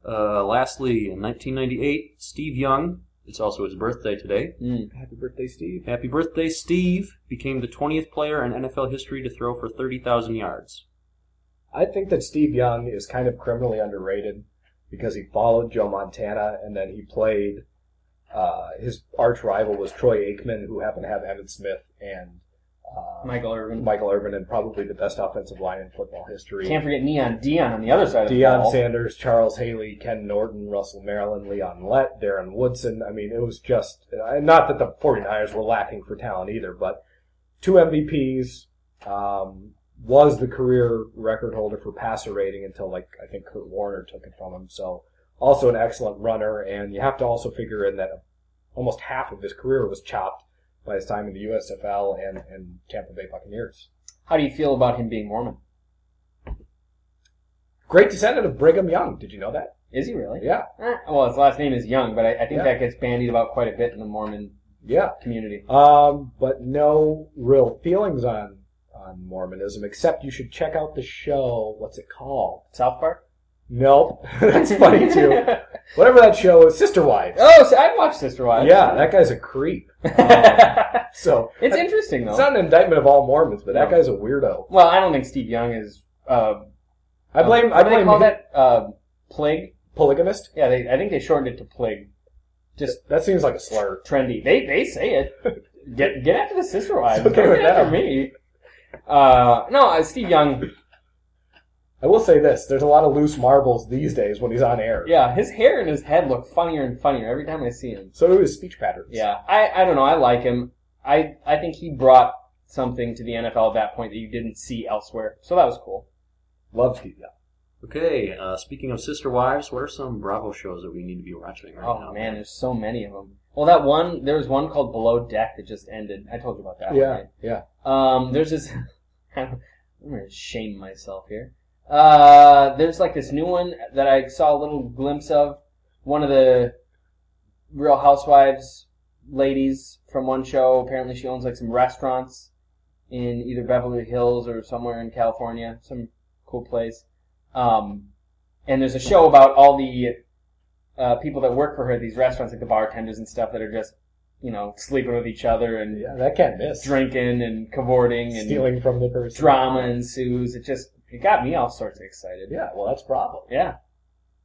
Speaker 3: Uh, lastly, in 1998, Steve Young, it's also his birthday today.
Speaker 2: Mm.
Speaker 1: Happy birthday, Steve.
Speaker 3: Happy birthday, Steve, became the 20th player in NFL history to throw for 30,000 yards.
Speaker 1: I think that Steve Young is kind of criminally underrated because he followed Joe Montana, and then he played. Uh, his arch rival was Troy Aikman, who happened to have Evan Smith and uh,
Speaker 2: Michael Irvin.
Speaker 1: Michael Irvin, and probably the best offensive line in football history.
Speaker 2: Can't forget Neon Dion on the other side of the
Speaker 1: Deion
Speaker 2: ball.
Speaker 1: Sanders, Charles Haley, Ken Norton, Russell Maryland, Leon Lett, Darren Woodson. I mean, it was just and not that the 49ers were lacking for talent either, but two MVPs um, was the career record holder for passer rating until like I think Kurt Warner took it from him. So also an excellent runner, and you have to also figure in that almost half of his career was chopped by his time in the USFL and, and Tampa Bay Buccaneers.
Speaker 2: How do you feel about him being Mormon?
Speaker 1: Great descendant of Brigham Young. Did you know that?
Speaker 2: Is he really?
Speaker 1: Yeah,
Speaker 2: Eh, well, his last name is Young, but I, I think
Speaker 1: Yeah.
Speaker 2: that gets bandied about quite a bit in the Mormon
Speaker 1: yeah.
Speaker 2: community.
Speaker 1: Um, but no real feelings on on Mormonism, except you should check out the show. What's it called?
Speaker 2: South [LAUGHS] Park.
Speaker 1: Nope, [LAUGHS] that's funny [LAUGHS]
Speaker 2: [LAUGHS]
Speaker 1: too. Whatever that show is, Sister Wives.
Speaker 2: oh, so I've watched Sister Wives.
Speaker 1: Yeah, that guy's a creep.
Speaker 2: That,
Speaker 1: So
Speaker 2: Um, it's
Speaker 1: that-
Speaker 2: interesting though.
Speaker 1: it's not an indictment of all Mormons, but that
Speaker 2: No.
Speaker 1: guy's a weirdo.
Speaker 2: well, I don't think Steve Young is. Uh,
Speaker 1: I blame
Speaker 2: uh,
Speaker 1: I
Speaker 2: what do they
Speaker 1: blame
Speaker 2: call that uh, plague.
Speaker 1: polygamist.
Speaker 2: Yeah, they, I think they shortened it to plague. Just
Speaker 1: That seems like a slur.
Speaker 2: trendy. They they say
Speaker 1: [LAUGHS]
Speaker 2: it. Get get after the sister wives.
Speaker 1: It's okay
Speaker 2: Don't
Speaker 1: with
Speaker 2: get after
Speaker 1: them.
Speaker 2: me. Uh, no, uh, Steve Young.
Speaker 1: I will say this: there's a lot of loose marbles these days when he's on air.
Speaker 2: Yeah, his hair and his head look funnier and funnier every time I see him.
Speaker 1: So do his speech patterns.
Speaker 2: Yeah, I, I don't know. I like him. I I think he brought something to the NFL at that point that you didn't see elsewhere. So that was cool.
Speaker 1: Love Steve Young.
Speaker 3: Okay, uh, speaking of sister wives, what are some Bravo shows that we need to be watching right now?
Speaker 2: Oh man, there's so many of them. Well, that one there was one called Below Deck that just ended. I told you about that. one,
Speaker 1: Yeah,
Speaker 2: right?
Speaker 1: yeah.
Speaker 2: Um, there's this. [LAUGHS] I'm gonna shame myself here. Uh, there's like this new one that I saw a little glimpse of. One of the Real Housewives ladies from one show. Apparently, she owns like some restaurants in either Beverly Hills or somewhere in California, some cool place. Um, and there's a show about all the uh, people that work for her at these restaurants, like the bartenders and stuff, that are just you know sleeping with each other and
Speaker 1: Yeah, that can't miss.
Speaker 2: drinking and cavorting and
Speaker 1: Stealing from the person.
Speaker 2: drama ensues. It just it got me all sorts of excited.
Speaker 1: Yeah, well, that's Bravo.
Speaker 2: Yeah.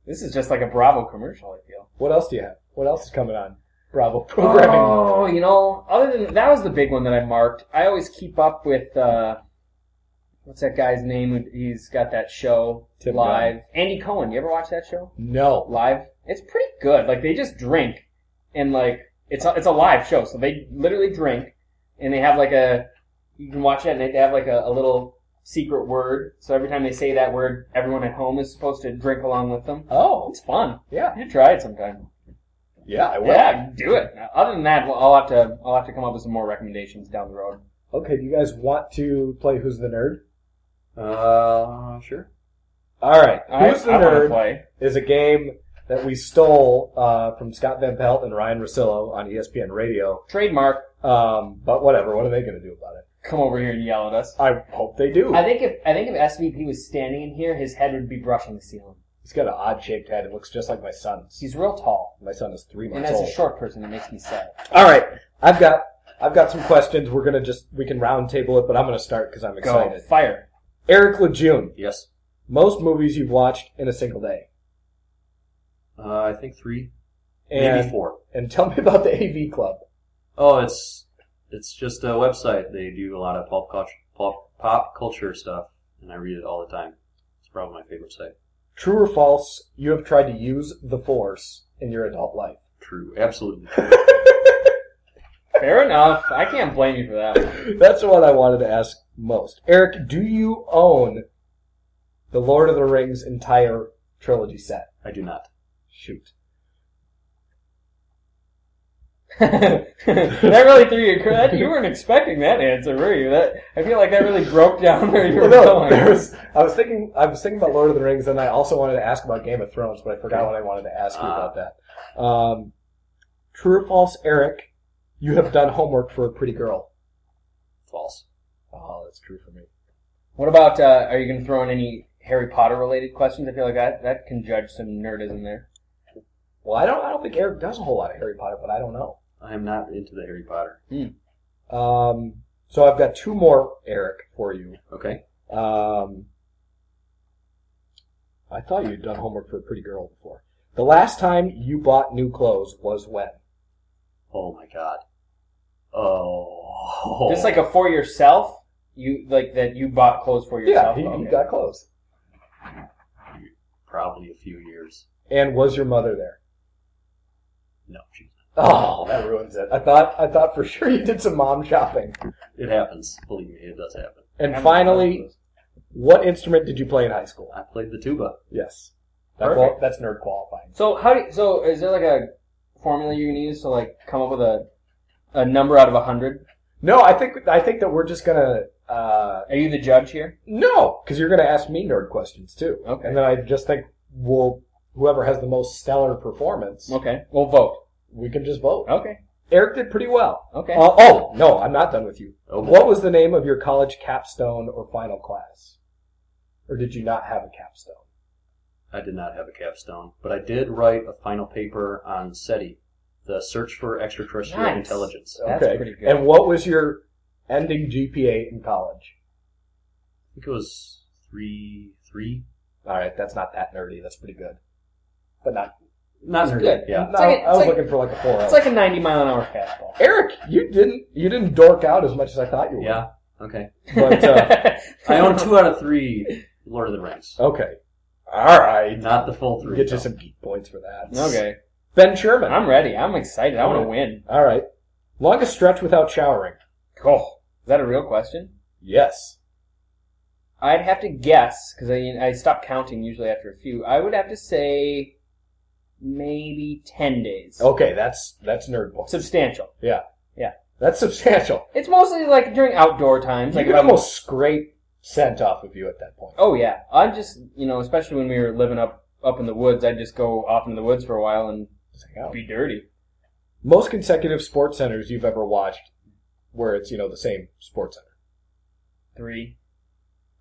Speaker 2: This is just like a Bravo commercial, I feel.
Speaker 1: What else do you have? What else is coming on Bravo programming?
Speaker 2: Oh, you know, other than that was the big one that I marked. I always keep up with uh what's that guy's name? He's got that show
Speaker 1: Tim
Speaker 2: live. Andy Cohen, you ever watch that show?
Speaker 1: No.
Speaker 2: Live? It's pretty good. Like they just drink and like it's a, it's a live show, so they literally drink and they have like a you can watch it and they have like a, a little secret word. So every time they say that word, everyone at home is supposed to drink along with them.
Speaker 1: Oh,
Speaker 2: It's fun.
Speaker 1: yeah,
Speaker 2: You should try it sometime.
Speaker 1: yeah, I will.
Speaker 2: Yeah, do it. Other than that, well, I'll have to I'll have to come up with some more recommendations down the road.
Speaker 1: Okay, do you guys want to play Who's the Nerd?
Speaker 3: Uh, sure.
Speaker 1: All right,
Speaker 2: I,
Speaker 1: Who's the
Speaker 2: I wanna
Speaker 1: Nerd
Speaker 2: play.
Speaker 1: is a game that we stole uh, from Scott Van Pelt and Ryan Rosillo on E ESPN Radio.
Speaker 2: Trademark.
Speaker 1: Um, but whatever, what are they going to do about it?
Speaker 2: Come over here and yell at us.
Speaker 1: I hope they do.
Speaker 2: I think if I think if SVP was standing in here, his head would be brushing the ceiling.
Speaker 1: He's got an odd shaped head. It looks just like my son's.
Speaker 2: He's real tall,
Speaker 1: My son is three
Speaker 2: and
Speaker 1: months
Speaker 2: as
Speaker 1: old.
Speaker 2: a short person, it makes me sad.
Speaker 1: All right, I've got I've got some questions. We're gonna just we can round table it, but I'm gonna start because I'm
Speaker 2: Go
Speaker 1: excited.
Speaker 2: fire.
Speaker 1: Eric Lejeune,
Speaker 3: Yes.
Speaker 1: most movies you've watched in a single day,
Speaker 3: Uh, I think three,
Speaker 1: and
Speaker 3: maybe four.
Speaker 1: and tell me about the AV Club.
Speaker 3: Oh, it's it's just a website. They do a lot of pop culture, pop, pop culture stuff, and I read it all the time. It's probably my favorite site.
Speaker 1: True or false? You have tried to use the Force in your adult life.
Speaker 3: True, absolutely true.
Speaker 2: Fair enough. I can't blame you for that. One. [LAUGHS]
Speaker 1: That's what I wanted to ask most. Eric, do you own the Lord of the Rings entire trilogy set?
Speaker 3: I do not.
Speaker 1: Shoot.
Speaker 2: that really threw you. That, you weren't expecting that answer, were you? That I feel like that really broke down where you
Speaker 1: Well,
Speaker 2: were
Speaker 1: no, there
Speaker 2: going.
Speaker 1: was, I was thinking I was thinking about Lord of the Rings, and I also wanted to ask about Game of Thrones, but I forgot what I wanted to ask you about
Speaker 2: Ah.
Speaker 1: that. Um, true or false, Eric? You have done homework for a pretty girl.
Speaker 3: False.
Speaker 1: Oh, that's true for me.
Speaker 2: What about? Uh, are you going to throw in any Harry Potter related questions? I feel like that that can judge some nerdism there.
Speaker 1: Well, I don't. I don't think Eric does a whole lot of Harry Potter, but I don't know.
Speaker 3: I am not into the Harry Potter.
Speaker 1: Um, so I've got two more, Eric, for you.
Speaker 3: Okay.
Speaker 1: Um, I thought you'd done homework for a pretty girl before. The last time you bought new clothes was when?
Speaker 3: Oh my god. Oh.
Speaker 2: Just like a for yourself, you like that you bought clothes for
Speaker 1: Yeah,
Speaker 2: yourself.
Speaker 1: he, he
Speaker 2: Okay.
Speaker 1: got clothes.
Speaker 3: probably a few years.
Speaker 1: And was your mother there?
Speaker 3: No, she's not.
Speaker 1: Oh, that ruins it. I thought I thought for sure you did some mom shopping.
Speaker 3: It happens. Believe me, it does happen.
Speaker 1: And
Speaker 2: I'm
Speaker 1: finally, what instrument did you play in high school?
Speaker 3: I played the tuba.
Speaker 1: Yes. That qual-
Speaker 2: Perfect.
Speaker 1: that's nerd qualifying.
Speaker 2: So how do you, so is there like a formula you're gonna use to like come up with a a number out of a hundred?
Speaker 1: No, I think I think that we're just gonna uh,
Speaker 2: Are you the judge here?
Speaker 1: no, because you're gonna ask me nerd questions too.
Speaker 2: Okay.
Speaker 1: And then I just think we'll whoever has the most stellar performance.
Speaker 2: Okay, we'll vote.
Speaker 1: We can just vote.
Speaker 2: Okay,
Speaker 1: Eric did pretty well.
Speaker 2: okay.
Speaker 1: Uh, oh no, I'm not done with you.
Speaker 3: Oh, boy.
Speaker 1: What was the name of your college capstone or final class? Or did you not have a capstone?
Speaker 3: I did not have a capstone, but I did write a final paper on SETI, the Search for Extraterrestrial
Speaker 2: Nice.
Speaker 3: Intelligence.
Speaker 2: That's pretty good.
Speaker 1: And what was your ending GPA in college?
Speaker 3: I think it was three, three.
Speaker 1: All right, that's not that nerdy. That's pretty good, but not.
Speaker 3: Not
Speaker 2: That's
Speaker 3: nerdy.
Speaker 2: good.
Speaker 3: Yeah,
Speaker 1: No,
Speaker 2: like a-
Speaker 1: I was
Speaker 2: it's like-
Speaker 1: looking for like a four.
Speaker 2: It's like a 90 mile an hour fastball.
Speaker 1: Eric, you didn't you didn't dork out as much as I thought you would.
Speaker 3: yeah. Okay.
Speaker 1: But
Speaker 2: [LAUGHS]
Speaker 1: uh,
Speaker 3: I own two out of three Lord of the Rings.
Speaker 1: okay, all right.
Speaker 3: Not the full three.
Speaker 1: Get
Speaker 3: though.
Speaker 1: you some geek points for that.
Speaker 2: okay,
Speaker 1: Ben Sherman.
Speaker 2: I'm ready. I'm excited. I want to win.
Speaker 1: All right. Longest stretch without showering.
Speaker 2: Cool. Is that a real question?
Speaker 1: Yes.
Speaker 2: I'd have to guess because I I stop counting usually after a few. I would have to say maybe 10 days.
Speaker 1: Okay, that's that's nerd books.
Speaker 2: Substantial.
Speaker 1: That's substantial.
Speaker 2: It's mostly like during outdoor times.
Speaker 1: You
Speaker 2: Like
Speaker 1: could
Speaker 2: if I'm-
Speaker 1: almost scrape scent off of you at that point.
Speaker 2: Oh yeah, I just you know, especially when we were living up up in the woods, I'd just go off into the woods for a while and
Speaker 1: It's like, oh.
Speaker 2: be dirty.
Speaker 1: Most consecutive sports centers you've ever watched, where it's you know the same sports center.
Speaker 2: Three.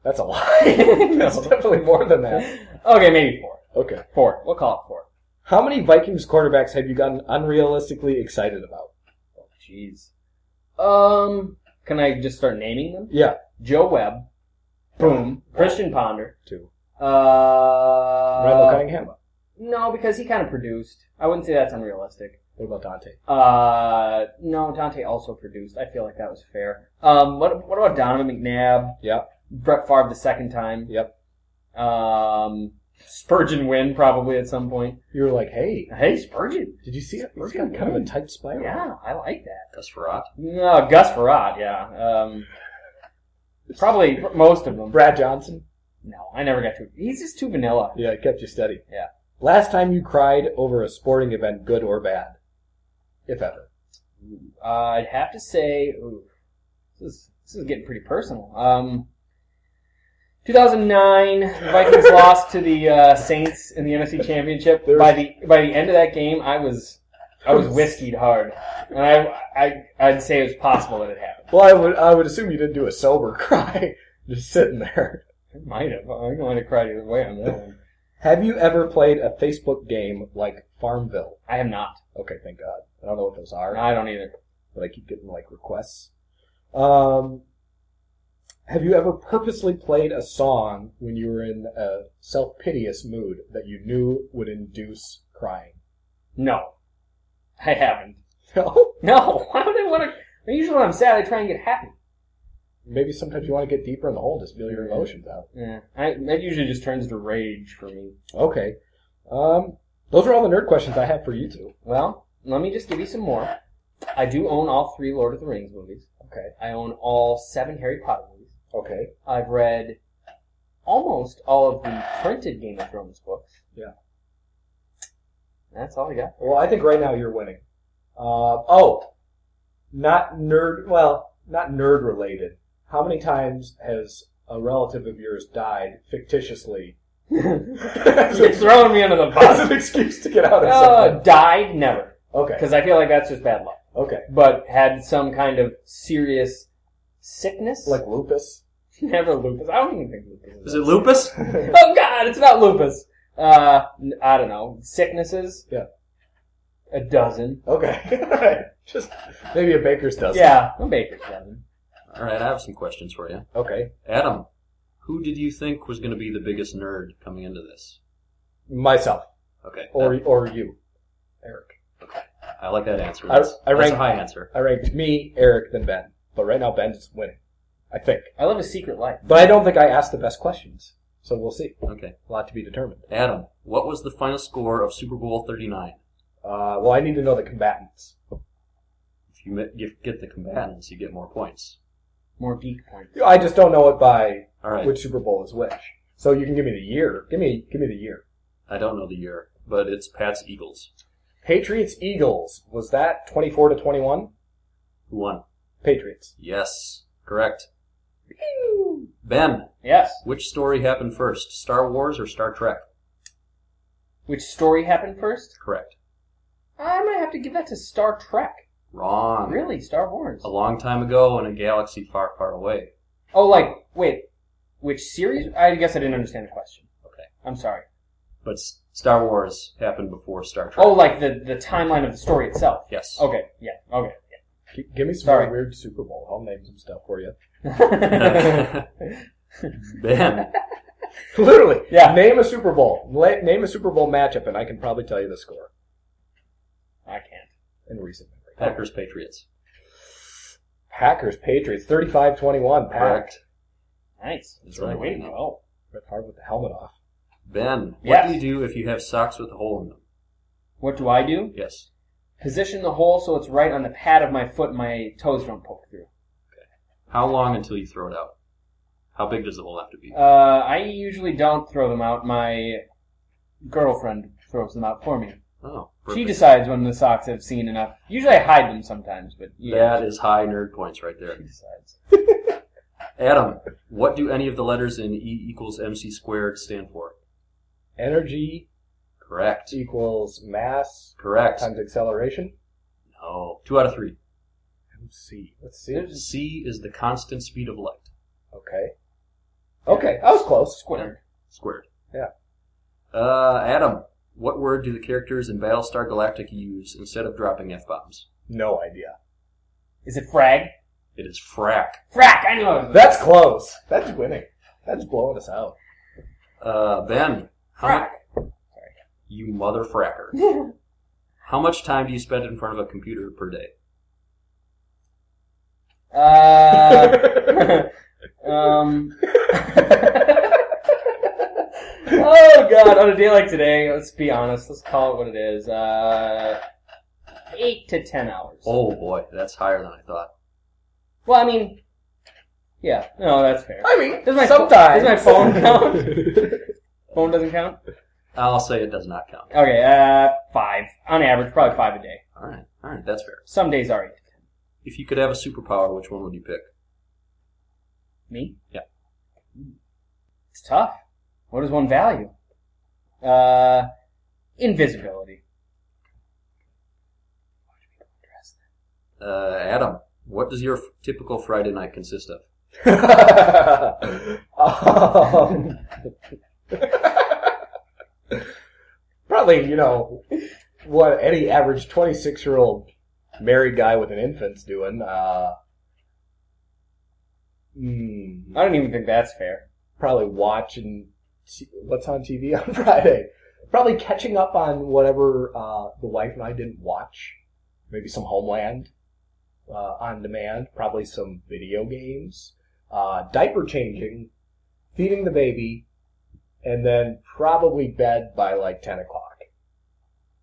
Speaker 1: That's a lot. [LAUGHS]
Speaker 2: No. [LAUGHS]
Speaker 1: That's definitely more than that.
Speaker 2: Okay, maybe four.
Speaker 1: Okay.
Speaker 2: Four. We'll call it four.
Speaker 1: How many Vikings quarterbacks have you gotten unrealistically excited about?
Speaker 2: Oh jeez. Um, can I just start naming them?
Speaker 1: Yeah,
Speaker 2: Joe Webb. Boom. Christian Ponder.
Speaker 1: two.
Speaker 2: Uh.
Speaker 1: Randall Cunningham.
Speaker 2: No, because he kind of produced. I wouldn't say that's unrealistic.
Speaker 1: What about Dante?
Speaker 2: Uh, no, Dante also produced. I feel like that was fair. Um, what what about Donovan McNabb?
Speaker 1: Yep.
Speaker 2: Brett Favre the second time.
Speaker 1: Yep.
Speaker 2: Um, Spurgeon win probably at some point.
Speaker 1: You were like, hey,
Speaker 2: Hey, Spurgeon.
Speaker 1: did you see it? It's
Speaker 2: Spurgeon
Speaker 1: got kind of a
Speaker 2: won.
Speaker 1: tight spiral.
Speaker 2: Yeah, I like that.
Speaker 3: That's Farrat.
Speaker 2: No, Gus Farrat. Yeah. Um, probably most of them.
Speaker 1: Brad Johnson.
Speaker 2: No, I never got to. He's just too vanilla.
Speaker 1: Yeah, it kept you steady.
Speaker 2: Yeah.
Speaker 1: Last time you cried over a sporting event, good or bad, if ever.
Speaker 2: Uh, I'd have to say, ooh, this is this is getting pretty personal. Um, 2009, the Vikings
Speaker 1: [LAUGHS]
Speaker 2: lost to the uh, Saints in the NFC Championship.
Speaker 1: There
Speaker 2: by
Speaker 1: was-
Speaker 2: the by the end of that game, I was I was whiskeyed hard, and I I I'd say it was possible that it happened.
Speaker 1: Well, I would I would assume you didn't do a sober [LAUGHS] cry, just sitting there.
Speaker 2: I might have. I'm going to cry either way on that one.
Speaker 1: Have you ever played a Facebook game like Farmville?
Speaker 2: I have not.
Speaker 1: Okay, thank God. I don't know what those are.
Speaker 2: I don't either.
Speaker 1: but I keep getting like requests. Um, have you ever purposely played a song when you were in a self piteous mood that you knew would induce crying? [LAUGHS]
Speaker 2: No, I haven't.
Speaker 1: No.
Speaker 2: No, [LAUGHS] why would I want to? Usually, when I'm sad, I try and get happy.
Speaker 1: Maybe sometimes you want to get deeper in the hole, just feel your emotions out.
Speaker 2: Yeah, I, that usually just turns to rage for me.
Speaker 1: Okay. Um, those are all the nerd questions I have for you two.
Speaker 2: Well, let me just give you some more. I do own all three Lord of the Rings movies.
Speaker 1: Okay.
Speaker 2: I own all seven Harry Potter movies.
Speaker 1: Okay.
Speaker 2: I've read almost all of the printed Game of Thrones books.
Speaker 1: Yeah.
Speaker 2: That's all I got. [LAUGHS]
Speaker 1: Well, I think right now you're winning. Uh, oh, not nerd. Well, not nerd related. How many times has a relative of yours died
Speaker 3: [LAUGHS]
Speaker 1: fictitiously? as, [LAUGHS]
Speaker 2: You're throwing me under the bus.
Speaker 1: an excuse to get out of
Speaker 2: [LAUGHS] Uh,
Speaker 1: something.
Speaker 2: died never,
Speaker 1: Okay.
Speaker 2: because I feel like that's just bad luck.
Speaker 1: Okay.
Speaker 2: But had some kind of serious sickness,
Speaker 1: Like lupus. [LAUGHS]
Speaker 2: [LAUGHS] never lupus. I don't even think lupus.
Speaker 3: Is it lupus?
Speaker 2: oh god, it's not lupus. Uh, n- I don't know. Sicknesses?
Speaker 1: Yeah.
Speaker 2: A dozen.
Speaker 1: okay. [LAUGHS] All right. Just maybe a baker's dozen.
Speaker 2: Yeah, a baker's dozen.
Speaker 3: All right, I have some questions for you.
Speaker 1: Okay.
Speaker 3: Adam, who did you think was going to be the biggest nerd coming into this?
Speaker 1: Myself
Speaker 3: Okay.
Speaker 1: or
Speaker 3: that-
Speaker 1: or you, Eric.
Speaker 3: I like that answer.
Speaker 1: I-
Speaker 3: That's,
Speaker 1: I
Speaker 3: that's
Speaker 1: rank-
Speaker 3: a high answer.
Speaker 1: I ranked me, Eric, then Ben. But right now Ben's winning. I think.
Speaker 2: I love a secret life.
Speaker 1: But I don't think I asked the best questions. So we'll see.
Speaker 3: Okay.
Speaker 1: A lot to be determined.
Speaker 3: Adam, what was the final score of Super Bowl 39?
Speaker 1: Uh, well, I need to know the combatants.
Speaker 3: If you mi- if you get the combatants, you get more points.
Speaker 2: More geek points.
Speaker 1: I just don't know it by
Speaker 3: All right.
Speaker 1: which Super Bowl is which. So you can give me the year. Give me, give me the year.
Speaker 3: I don't know the year, but it's Pat's Eagles.
Speaker 1: Patriots Eagles was that twenty four to twenty one?
Speaker 3: Who won?
Speaker 1: Patriots.
Speaker 3: Yes. Correct. Ben,
Speaker 2: Yes.
Speaker 3: which story happened first, Star Wars or Star Trek?
Speaker 2: Which story happened first?
Speaker 3: Correct.
Speaker 2: I might have to give that to Star Trek.
Speaker 3: Wrong.
Speaker 2: Really, Star Wars.
Speaker 3: A long time ago in a galaxy far, far away.
Speaker 2: Oh, like wait, which series? I guess I didn't understand the question.
Speaker 3: Okay.
Speaker 2: I'm sorry.
Speaker 3: But S- Star Wars happened before Star Trek.
Speaker 2: Oh, [LAUGHS]
Speaker 3: [LAUGHS]
Speaker 2: like the the timeline of the story itself.
Speaker 3: Yes.
Speaker 2: Okay. Yeah.
Speaker 3: [LAUGHS]
Speaker 2: Okay. [LAUGHS]
Speaker 1: G- give me some
Speaker 2: Sorry.
Speaker 1: weird Super Bowl. I'll name some stuff for you.
Speaker 3: ben,
Speaker 1: Literally.
Speaker 2: Yeah.
Speaker 1: Name a Super Bowl. La- name a Super Bowl matchup, and I can probably tell you the score
Speaker 2: I can't.
Speaker 1: in recent memory.
Speaker 3: Packers, Patriots.
Speaker 1: Packers, Patriots, 35-21. Pack.
Speaker 3: Correct.
Speaker 2: Nice.
Speaker 3: It's really
Speaker 2: Way to
Speaker 3: winding up.
Speaker 2: go.
Speaker 1: Rip hard with the helmet off.
Speaker 3: Ben, what
Speaker 2: Yes.
Speaker 3: do you do if you have socks with a hole in them?
Speaker 2: What do I do?
Speaker 3: Yes.
Speaker 2: Position the hole so it's right on the pad of my foot. and My toes don't poke through.
Speaker 3: How long until you throw it out? How big does the hole have to be?
Speaker 2: Uh, I usually don't throw them out. My girlfriend throws them out for me.
Speaker 3: Oh,
Speaker 2: She
Speaker 3: perfect.
Speaker 2: decides when the socks have seen enough. Usually I hide them sometimes, but yeah,
Speaker 3: That is high nerd points right there.
Speaker 2: she decides.
Speaker 3: [LAUGHS] Adam, what do any of the letters in E equals MC squared stand for?
Speaker 1: Energy
Speaker 3: Correct.
Speaker 1: equals mass
Speaker 3: Correct.
Speaker 1: times acceleration.
Speaker 3: No. Two out of three.
Speaker 1: MC. Let's see.
Speaker 3: C is the constant speed of light.
Speaker 1: Okay. Okay, I was close.
Speaker 2: Squared.
Speaker 3: Squared.
Speaker 1: Yeah.
Speaker 3: Uh, Adam, what word do the characters in Battlestar Galactica use instead of dropping F bombs?
Speaker 1: No idea.
Speaker 2: Is it frag?
Speaker 3: It is frack.
Speaker 2: Frack! I knew it. was-
Speaker 1: That's close. That's winning. That's blowing us out.
Speaker 3: Uh, Ben, how mu-
Speaker 2: Frack.
Speaker 3: you mother fracker. How much time do you spend in front of a computer per day?
Speaker 2: [LAUGHS] Uh,
Speaker 3: [LAUGHS]
Speaker 2: um. oh god! On a day like today, let's be honest. Let's call it what it is. Uh, eight to ten hours.
Speaker 3: Oh boy, that's higher than I thought.
Speaker 2: Well, I mean, yeah. No, that's fair.
Speaker 1: [LAUGHS] I mean,
Speaker 2: Does my pho-
Speaker 1: sometimes.
Speaker 2: does my phone
Speaker 1: [LAUGHS]
Speaker 2: Phone doesn't count.
Speaker 3: I'll say it does not count.
Speaker 2: Okay, uh, five on average, probably five a day.
Speaker 3: All right, all right, that's fair.
Speaker 2: Some days are eight.
Speaker 3: If you could have a superpower, which one would you pick?
Speaker 2: Me?
Speaker 3: Yeah.
Speaker 2: It's tough. What does one value? Uh, invisibility.
Speaker 3: Uh, Adam, what does your f- typical Friday night consist of?
Speaker 1: [LAUGHS] Um, probably, you know, what any average 26 year old married guy with an infant's doing. Uh, mm,
Speaker 2: I don't even think that's fair.
Speaker 1: probably watching t- what's on TV on [LAUGHS] Friday. Probably catching up on whatever uh, the wife and I didn't watch. Maybe some Homeland uh, on demand. Probably some video games. Uh, diaper changing, feeding the baby, and then probably bed by like ten o'clock.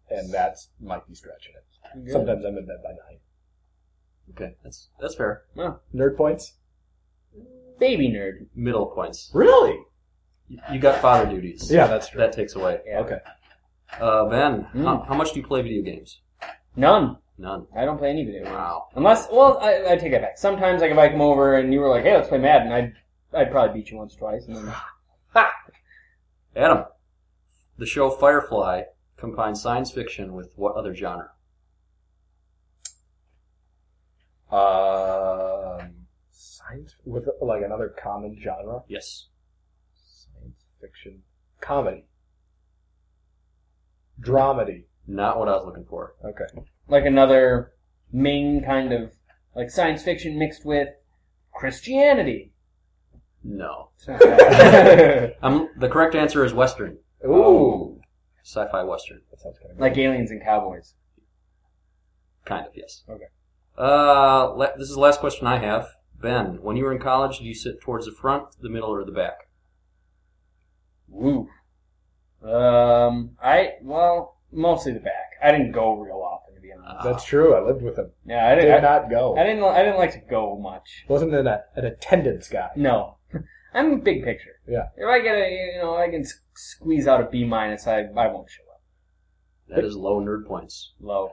Speaker 1: And that's might be stretching it. Sometimes I'm in bed by nine.
Speaker 3: Okay, that's that's fair.
Speaker 1: Nerd points.
Speaker 2: Baby nerd.
Speaker 3: Middle points.
Speaker 1: Really?
Speaker 3: You, you got father duties.
Speaker 1: Yeah, that's true.
Speaker 3: that takes away.
Speaker 2: Yeah.
Speaker 1: Okay.
Speaker 3: Uh, ben,
Speaker 2: Mm.
Speaker 3: how, how much do you play video games?
Speaker 2: None.
Speaker 3: None.
Speaker 2: I don't play any video games.
Speaker 3: Wow.
Speaker 2: Unless, well, I, I take that back. Sometimes, like, if I come over and you were like, hey, let's play Madden, I'd, I'd probably beat you once or twice. And then,
Speaker 3: Adam, the show Firefly combines science fiction with what other genre?
Speaker 1: Um, science with like another common genre,
Speaker 3: Yes.
Speaker 1: science fiction, comedy, dramedy.
Speaker 3: Not what I was looking for.
Speaker 2: [LAUGHS]
Speaker 1: Okay,
Speaker 2: like, another Ming kind of, like, science fiction mixed with Christianity.
Speaker 3: No.
Speaker 2: Sounds bad.
Speaker 3: Um, the correct answer is Western.
Speaker 1: [LAUGHS]
Speaker 2: Oh.
Speaker 1: ooh,
Speaker 3: Sci-fi Western.
Speaker 1: that sounds kind of
Speaker 2: like aliens and cowboys.
Speaker 3: Kind of, yes.
Speaker 1: Okay.
Speaker 3: Uh, le- this is the last question I have. Ben, when you were in college, did you sit towards the front, the middle, or the back?
Speaker 2: Woo. Um, I well, mostly the back. I didn't go real often, to be honest.
Speaker 3: Uh,
Speaker 1: That's true. I lived with him.
Speaker 2: Yeah, I
Speaker 1: Did
Speaker 2: didn't. I,
Speaker 1: not go.
Speaker 2: I didn't. li- I didn't like to go much.
Speaker 1: Wasn't an, an attendance guy.
Speaker 2: No, [LAUGHS] I'm a big picture.
Speaker 1: Yeah.
Speaker 2: If I get a, you know, I can s- squeeze out a B minus. I I won't show up.
Speaker 3: that is low nerd points.
Speaker 2: Low.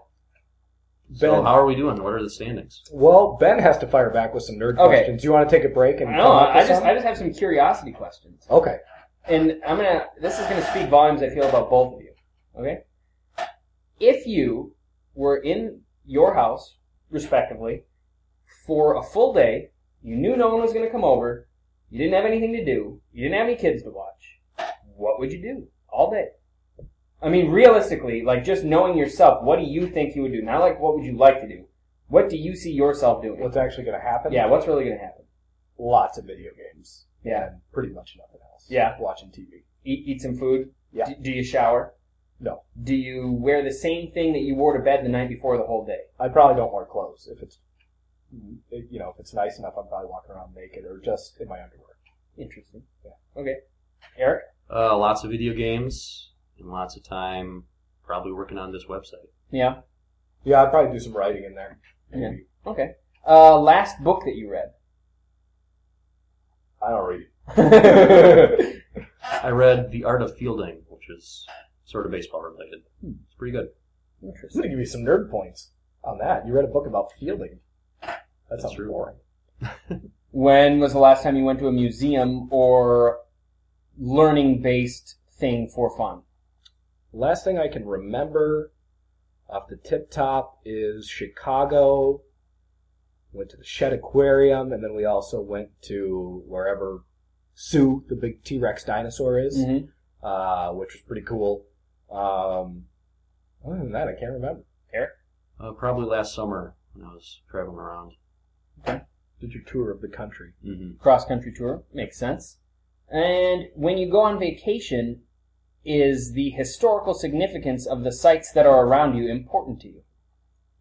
Speaker 3: So
Speaker 1: Ben.
Speaker 3: how are we doing? What are the standings?
Speaker 1: Well, Ben has to fire back with some nerd
Speaker 2: Okay.
Speaker 1: questions. Do you want to take a break and?
Speaker 2: No,
Speaker 1: come up
Speaker 2: I
Speaker 1: with
Speaker 2: just
Speaker 1: some?
Speaker 2: I just have some curiosity questions,
Speaker 1: okay.
Speaker 2: and I'm gonna. This is gonna speak volumes. I feel about both of you. Okay. If you were in your house, respectively, for a full day, you knew no one was going to come over, you didn't have anything to do, you didn't have any kids to watch, what would you do all day? I mean, realistically, like just knowing yourself, what do you think you would do? Not like what would you like to do. What do you see yourself doing?
Speaker 1: What's actually going to happen?
Speaker 2: yeah, what's really going to happen?
Speaker 1: Lots of video games.
Speaker 2: Yeah.
Speaker 1: And pretty much nothing else.
Speaker 2: Yeah.
Speaker 1: Watching TV.
Speaker 2: Eat, eat some food?
Speaker 1: Yeah.
Speaker 2: Do, do you shower?
Speaker 1: No.
Speaker 2: Do you wear the same thing that you wore to bed the night before the whole day?
Speaker 1: I probably don't wear clothes if it's, you know, if it's nice enough. I'm probably walking around naked or just in my underwear.
Speaker 2: Interesting.
Speaker 1: Yeah.
Speaker 2: Okay. Eric?
Speaker 3: Uh, lots of video games and lots of time probably working on this website.
Speaker 2: Yeah.
Speaker 1: Yeah, I'd probably do some writing in there.
Speaker 2: Yeah.
Speaker 1: Maybe.
Speaker 2: Okay. Uh, last book that you read? [LAUGHS]
Speaker 1: I don't read.
Speaker 3: I read The Art of Fielding, which is sort of baseball related.
Speaker 1: Hmm.
Speaker 3: It's pretty good.
Speaker 1: It's gonna give you some nerd points on that. You read a book about fielding. That
Speaker 3: That's
Speaker 1: sounds
Speaker 3: true.
Speaker 1: boring.
Speaker 2: when was the last time you went to a museum or learning based thing for fun?
Speaker 1: Last thing I can remember off the tip top is Chicago. Went to the Shed Aquarium, and then we also went to wherever Sue, the big T Rex dinosaur, is,
Speaker 2: Mm-hmm.
Speaker 1: uh, which was pretty cool. Um, other than that, I can't remember.
Speaker 3: Uh, probably last summer when I was traveling around.
Speaker 1: Did your tour of the country?
Speaker 3: Mm-hmm.
Speaker 2: Cross country tour. Makes sense. And when you go on vacation, is the historical significance of the sites that are around you important to you?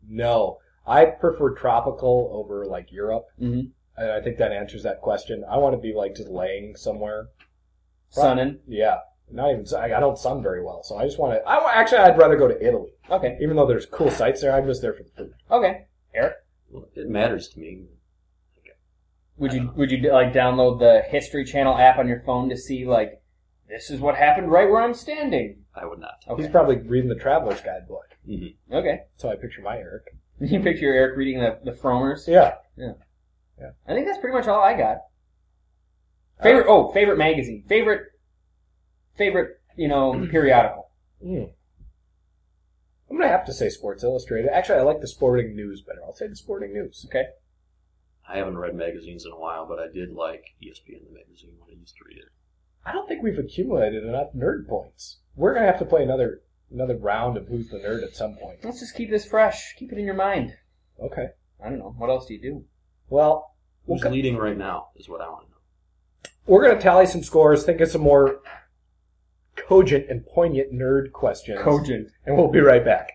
Speaker 1: No, I prefer tropical over like Europe.
Speaker 2: Mm-hmm.
Speaker 1: And I think that answers that question. I want to be like just laying somewhere.
Speaker 2: Sunnin.
Speaker 1: Yeah. Not even, I I don't sun very well, so I just want to, I, wa- actually, I'd rather go to Italy.
Speaker 2: Okay.
Speaker 1: Even though there's cool sights there, I'm just there for the food.
Speaker 2: Okay.
Speaker 3: Well, it matters to me.
Speaker 2: Would you would you like download the History Channel app on your phone to see like this is what happened right where I'm standing?
Speaker 3: I would not.
Speaker 1: He's
Speaker 2: Okay.
Speaker 1: probably reading the Traveler's Guidebook.
Speaker 3: Mm-hmm.
Speaker 2: Okay. [LAUGHS]
Speaker 1: That's how I picture my Eric.
Speaker 2: You picture Eric reading the the Fromers.
Speaker 1: Yeah.
Speaker 2: I think that's pretty much all I got.
Speaker 1: Uh,
Speaker 2: Favorite oh, favorite magazine. Favorite favorite,
Speaker 1: [CLEARS THROAT]
Speaker 2: you know, periodical.
Speaker 1: Mm. I'm going to have to say Sports Illustrated. Actually, I like the sporting news better. I'll say the sporting news.
Speaker 3: I haven't read magazines in a while, but I did like E ESPN the magazine when I used to read it.
Speaker 1: I don't think we've accumulated enough nerd points. We're going to have to play another another round of Who's the Nerd at some point.
Speaker 2: Let's just keep this fresh. Keep it in your mind.
Speaker 1: Okay.
Speaker 2: I don't know. What else do you do?
Speaker 1: Well, we'll
Speaker 3: Who's
Speaker 1: co-
Speaker 3: leading right now is what I want to know.
Speaker 1: We're going to tally some scores, think of some more cogent and poignant nerd questions.
Speaker 2: Cogent.
Speaker 1: And we'll be right back.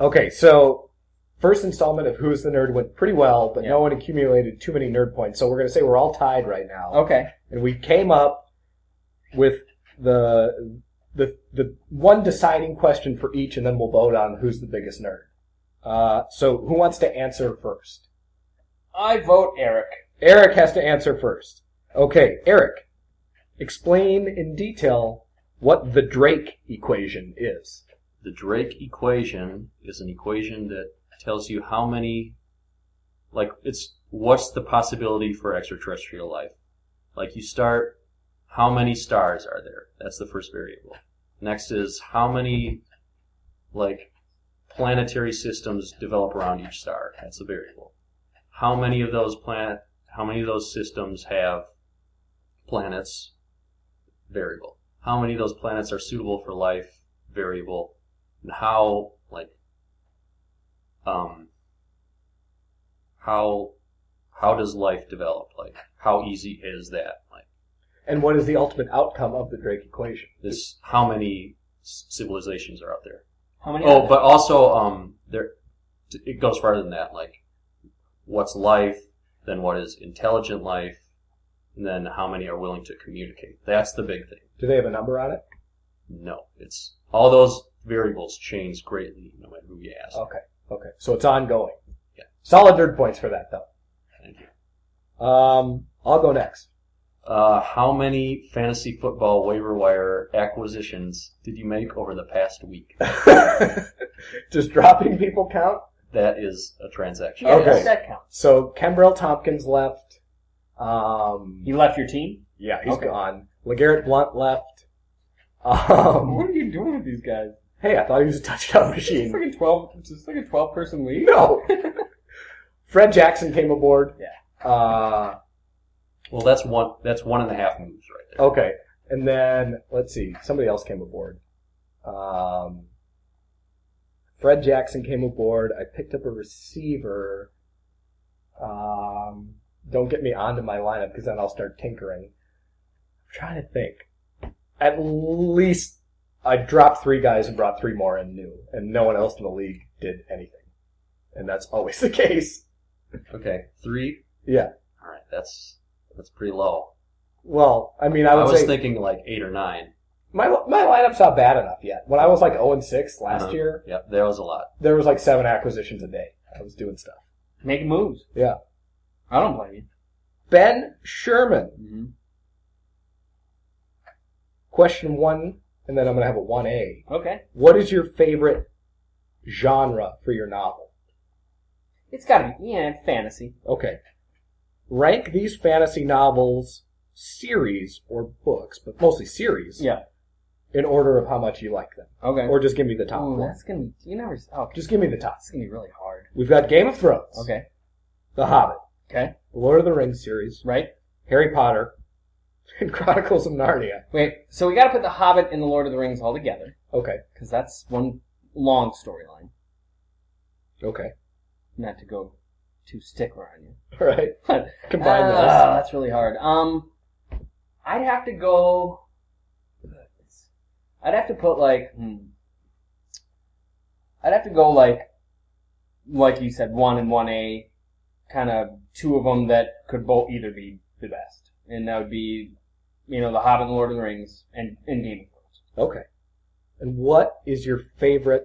Speaker 1: Okay, so first installment of Who's the Nerd went pretty well, but
Speaker 2: Yeah.
Speaker 1: no one accumulated too many nerd points, so we're going to say we're all tied right now
Speaker 2: Okay.
Speaker 1: and we came up with the the the one deciding question for each, and then we'll vote on who's the biggest nerd. Uh, so who wants to answer first?
Speaker 2: I vote Eric.
Speaker 1: Eric has to answer first. Okay, Eric, explain in detail what the Drake equation is.
Speaker 3: The Drake equation is an equation that tells you how many, like, it's what's the possibility for extraterrestrial life. Like, you start, how many stars are there? That's the first variable. Next is how many, like, planetary systems develop around each star. That's a variable. How many of those planet, how many of those systems have planets? Variable. How many of those planets are suitable for life? Variable and how like um how how does life develop like how easy is that like
Speaker 1: And what is the ultimate outcome of the Drake equation?
Speaker 3: this how many s- civilizations are out there
Speaker 2: How many?
Speaker 3: oh but also um there it goes farther than that like what's life then what is intelligent life and then how many are willing to communicate that's the big thing
Speaker 1: Do they have a number on it?
Speaker 3: no it's all those variables change greatly no matter who you ask
Speaker 1: Okay, okay. So it's ongoing.
Speaker 3: Yeah.
Speaker 1: Solid nerd points for that, though.
Speaker 3: Thank you.
Speaker 1: Um, I'll go next.
Speaker 3: Uh, how many fantasy football waiver wire acquisitions did you make over the past week?
Speaker 1: [LAUGHS] Does dropping people count?
Speaker 3: That is a transaction.
Speaker 2: Yeah,
Speaker 1: Okay.
Speaker 2: that- that counts.
Speaker 1: So Kembrell Tompkins left. Um,
Speaker 2: You left
Speaker 1: [LAUGHS]
Speaker 2: your team.
Speaker 1: yeah, he's
Speaker 2: Okay.
Speaker 1: gone. Legarrette Blunt left. Um,
Speaker 2: [LAUGHS] What are you doing with these guys?
Speaker 1: hey, I thought he was a touchdown
Speaker 2: It's like
Speaker 1: machine. [LAUGHS]
Speaker 2: a twelve. It's like a twelve-person league.
Speaker 1: No. Fred Jackson came aboard. Yeah. Uh,
Speaker 3: Well, that's one. That's one and a half moves right there.
Speaker 1: okay, and then let's see. Somebody else came aboard. Um, Fred Jackson came aboard. I picked up a receiver. Um, don't get me onto my lineup because then I'll start tinkering. I'm trying to think. At least I dropped three guys and brought three more in new, and no one else in the league did anything. And that's always [LAUGHS] the case.
Speaker 3: Okay, three.
Speaker 1: Yeah.
Speaker 3: All right, that's that's pretty low.
Speaker 1: Well, I mean, I
Speaker 3: I,
Speaker 1: would
Speaker 3: was
Speaker 1: say
Speaker 3: thinking like eight or nine.
Speaker 1: my my lineup's not bad enough yet. When I was like 0 and 6 last
Speaker 3: Uh-huh.
Speaker 1: year,
Speaker 3: Yep, that was a lot.
Speaker 1: there was like seven acquisitions a day. I was doing stuff.
Speaker 2: Make moves.
Speaker 1: Yeah.
Speaker 2: I don't blame you.
Speaker 1: Ben Sherman,
Speaker 2: Mm-hmm.
Speaker 1: question one, and then I'm gonna have a one A.
Speaker 2: Okay.
Speaker 1: What is your favorite genre for your novel?
Speaker 2: It's got to be yeah fantasy.
Speaker 1: Okay. Rank these fantasy novels series or books, but mostly series.
Speaker 2: Yeah.
Speaker 1: In order of how much you like them,
Speaker 2: Okay.
Speaker 1: or just give me the top
Speaker 2: Ooh,
Speaker 1: four.
Speaker 2: that's gonna be. You never. Oh,
Speaker 1: Just give me the top.
Speaker 2: that's gonna be really hard.
Speaker 1: We've got Game of Thrones,
Speaker 2: Okay.
Speaker 1: The Hobbit,
Speaker 2: Okay.
Speaker 1: The Lord of the Rings series,
Speaker 2: Right.
Speaker 1: Harry Potter, [LAUGHS] and Chronicles of Narnia.
Speaker 2: Wait. So we got to put the Hobbit and the Lord of the Rings all together
Speaker 1: Okay.
Speaker 2: because that's one long storyline.
Speaker 1: Okay. [LAUGHS]
Speaker 2: Not to go too stickler on you. [LAUGHS]
Speaker 1: All right. Combine
Speaker 2: Ah,
Speaker 1: those.
Speaker 2: That's really hard. Um, I'd have to go. I'd have to put like. Hmm, I'd have to go like, like you said, one and one A, kind of two of them that could both either be the best, and that would be, you know, The Hobbit, and Lord of the Rings, and and Game of Thrones.
Speaker 1: Okay. And what is your favorite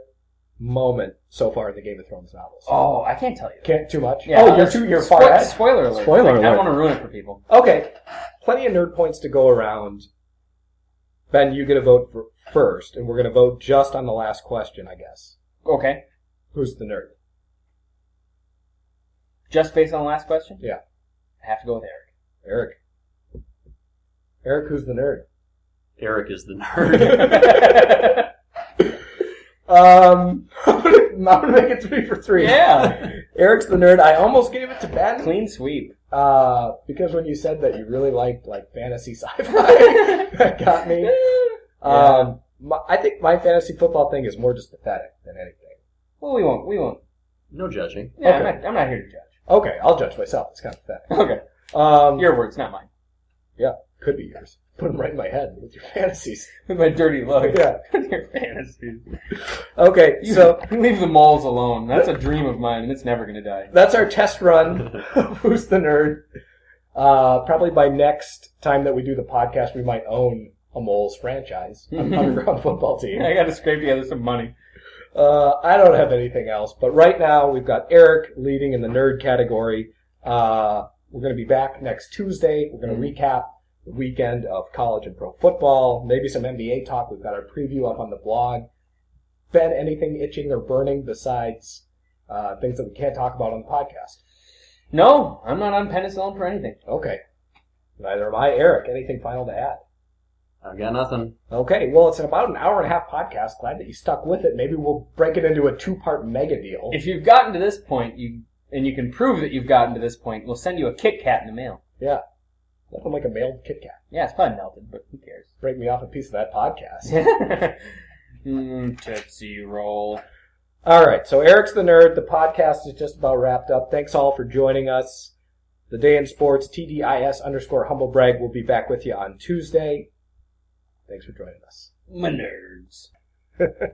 Speaker 1: moment so far in the Game of Thrones novels?
Speaker 2: Oh, I can't tell you.
Speaker 1: Can't too much.
Speaker 2: Yeah,
Speaker 1: oh, you're
Speaker 2: that's-
Speaker 1: too you're
Speaker 2: spo-
Speaker 1: far ahead.
Speaker 2: Spoiler alert.
Speaker 1: Spoiler
Speaker 2: Like, I
Speaker 1: alert.
Speaker 2: don't want to ruin it for people.
Speaker 1: Okay. Plenty of nerd points to go around. Ben, you get a vote for first, and we're going to vote just on the last question, I guess.
Speaker 2: Okay.
Speaker 1: Who's the nerd?
Speaker 2: Just based on the last question.
Speaker 1: Yeah.
Speaker 2: I have to go with Eric.
Speaker 1: Eric. Eric, who's the nerd? [LAUGHS]
Speaker 3: Eric is the nerd.
Speaker 1: um, I'm going to make it three for three.
Speaker 2: Yeah.
Speaker 1: Eric's the nerd. I almost gave it to Ben.
Speaker 2: Clean sweep.
Speaker 1: Uh, because when you said that you really liked like fantasy sci-fi, [LAUGHS] that got me. Um, my, I think my fantasy football thing is more just pathetic than anything.
Speaker 2: [LAUGHS] Well, we won't. We won't.
Speaker 3: no judging.
Speaker 2: Yeah, I'm,
Speaker 1: Okay.
Speaker 2: not, I'm not here to judge.
Speaker 1: Okay, I'll judge myself. It's kind of pathetic.
Speaker 2: Okay.
Speaker 1: Um,
Speaker 2: Your words, not mine. [LAUGHS]
Speaker 1: yeah, could be yours. Put them right in my head with your fantasies.
Speaker 2: My dirty look.
Speaker 1: Yeah.
Speaker 2: [LAUGHS] Your fantasies.
Speaker 1: Okay,
Speaker 2: You
Speaker 1: so
Speaker 2: leave the moles alone. That's a dream of mine, and it's never gonna die.
Speaker 1: that's our test run. of Who's the nerd? Uh, probably by next time that we do the podcast, we might own a Moles franchise, an underground football team.
Speaker 2: I gotta scrape together some money.
Speaker 1: Uh, I don't have anything else, but right now we've got Eric leading in the nerd category. Uh, we're going to be back next Tuesday. We're going to recap the weekend of college and pro football, maybe some NBA talk. We've got our preview up on the blog. Ben, anything itching or burning besides uh, things that we can't talk about on the podcast?
Speaker 2: No, I'm not on penicillin for anything.
Speaker 1: Okay. Neither am I, Eric. Anything final to add?
Speaker 3: I've got nothing.
Speaker 1: Okay, well, it's about an hour and a half podcast. Glad that you stuck with it. Maybe we'll break it into a two part mega deal.
Speaker 2: If you've gotten to this point, you and you can prove that you've gotten to this point, we'll send you a Kit Kat in the mail.
Speaker 1: Yeah. Nothing like a mailed Kit Kat.
Speaker 2: Yeah, it's probably melted, but who cares? [LAUGHS]
Speaker 1: break me off a piece of that podcast. [LAUGHS]
Speaker 2: mm, tipsy roll.
Speaker 1: all right, so Eric's the nerd. The podcast is just about wrapped up. Thanks all for joining us. The Day in Sports, TDIS underscore humblebrag. We'll be back with you on Tuesday. Thanks for joining us.
Speaker 2: My nerds.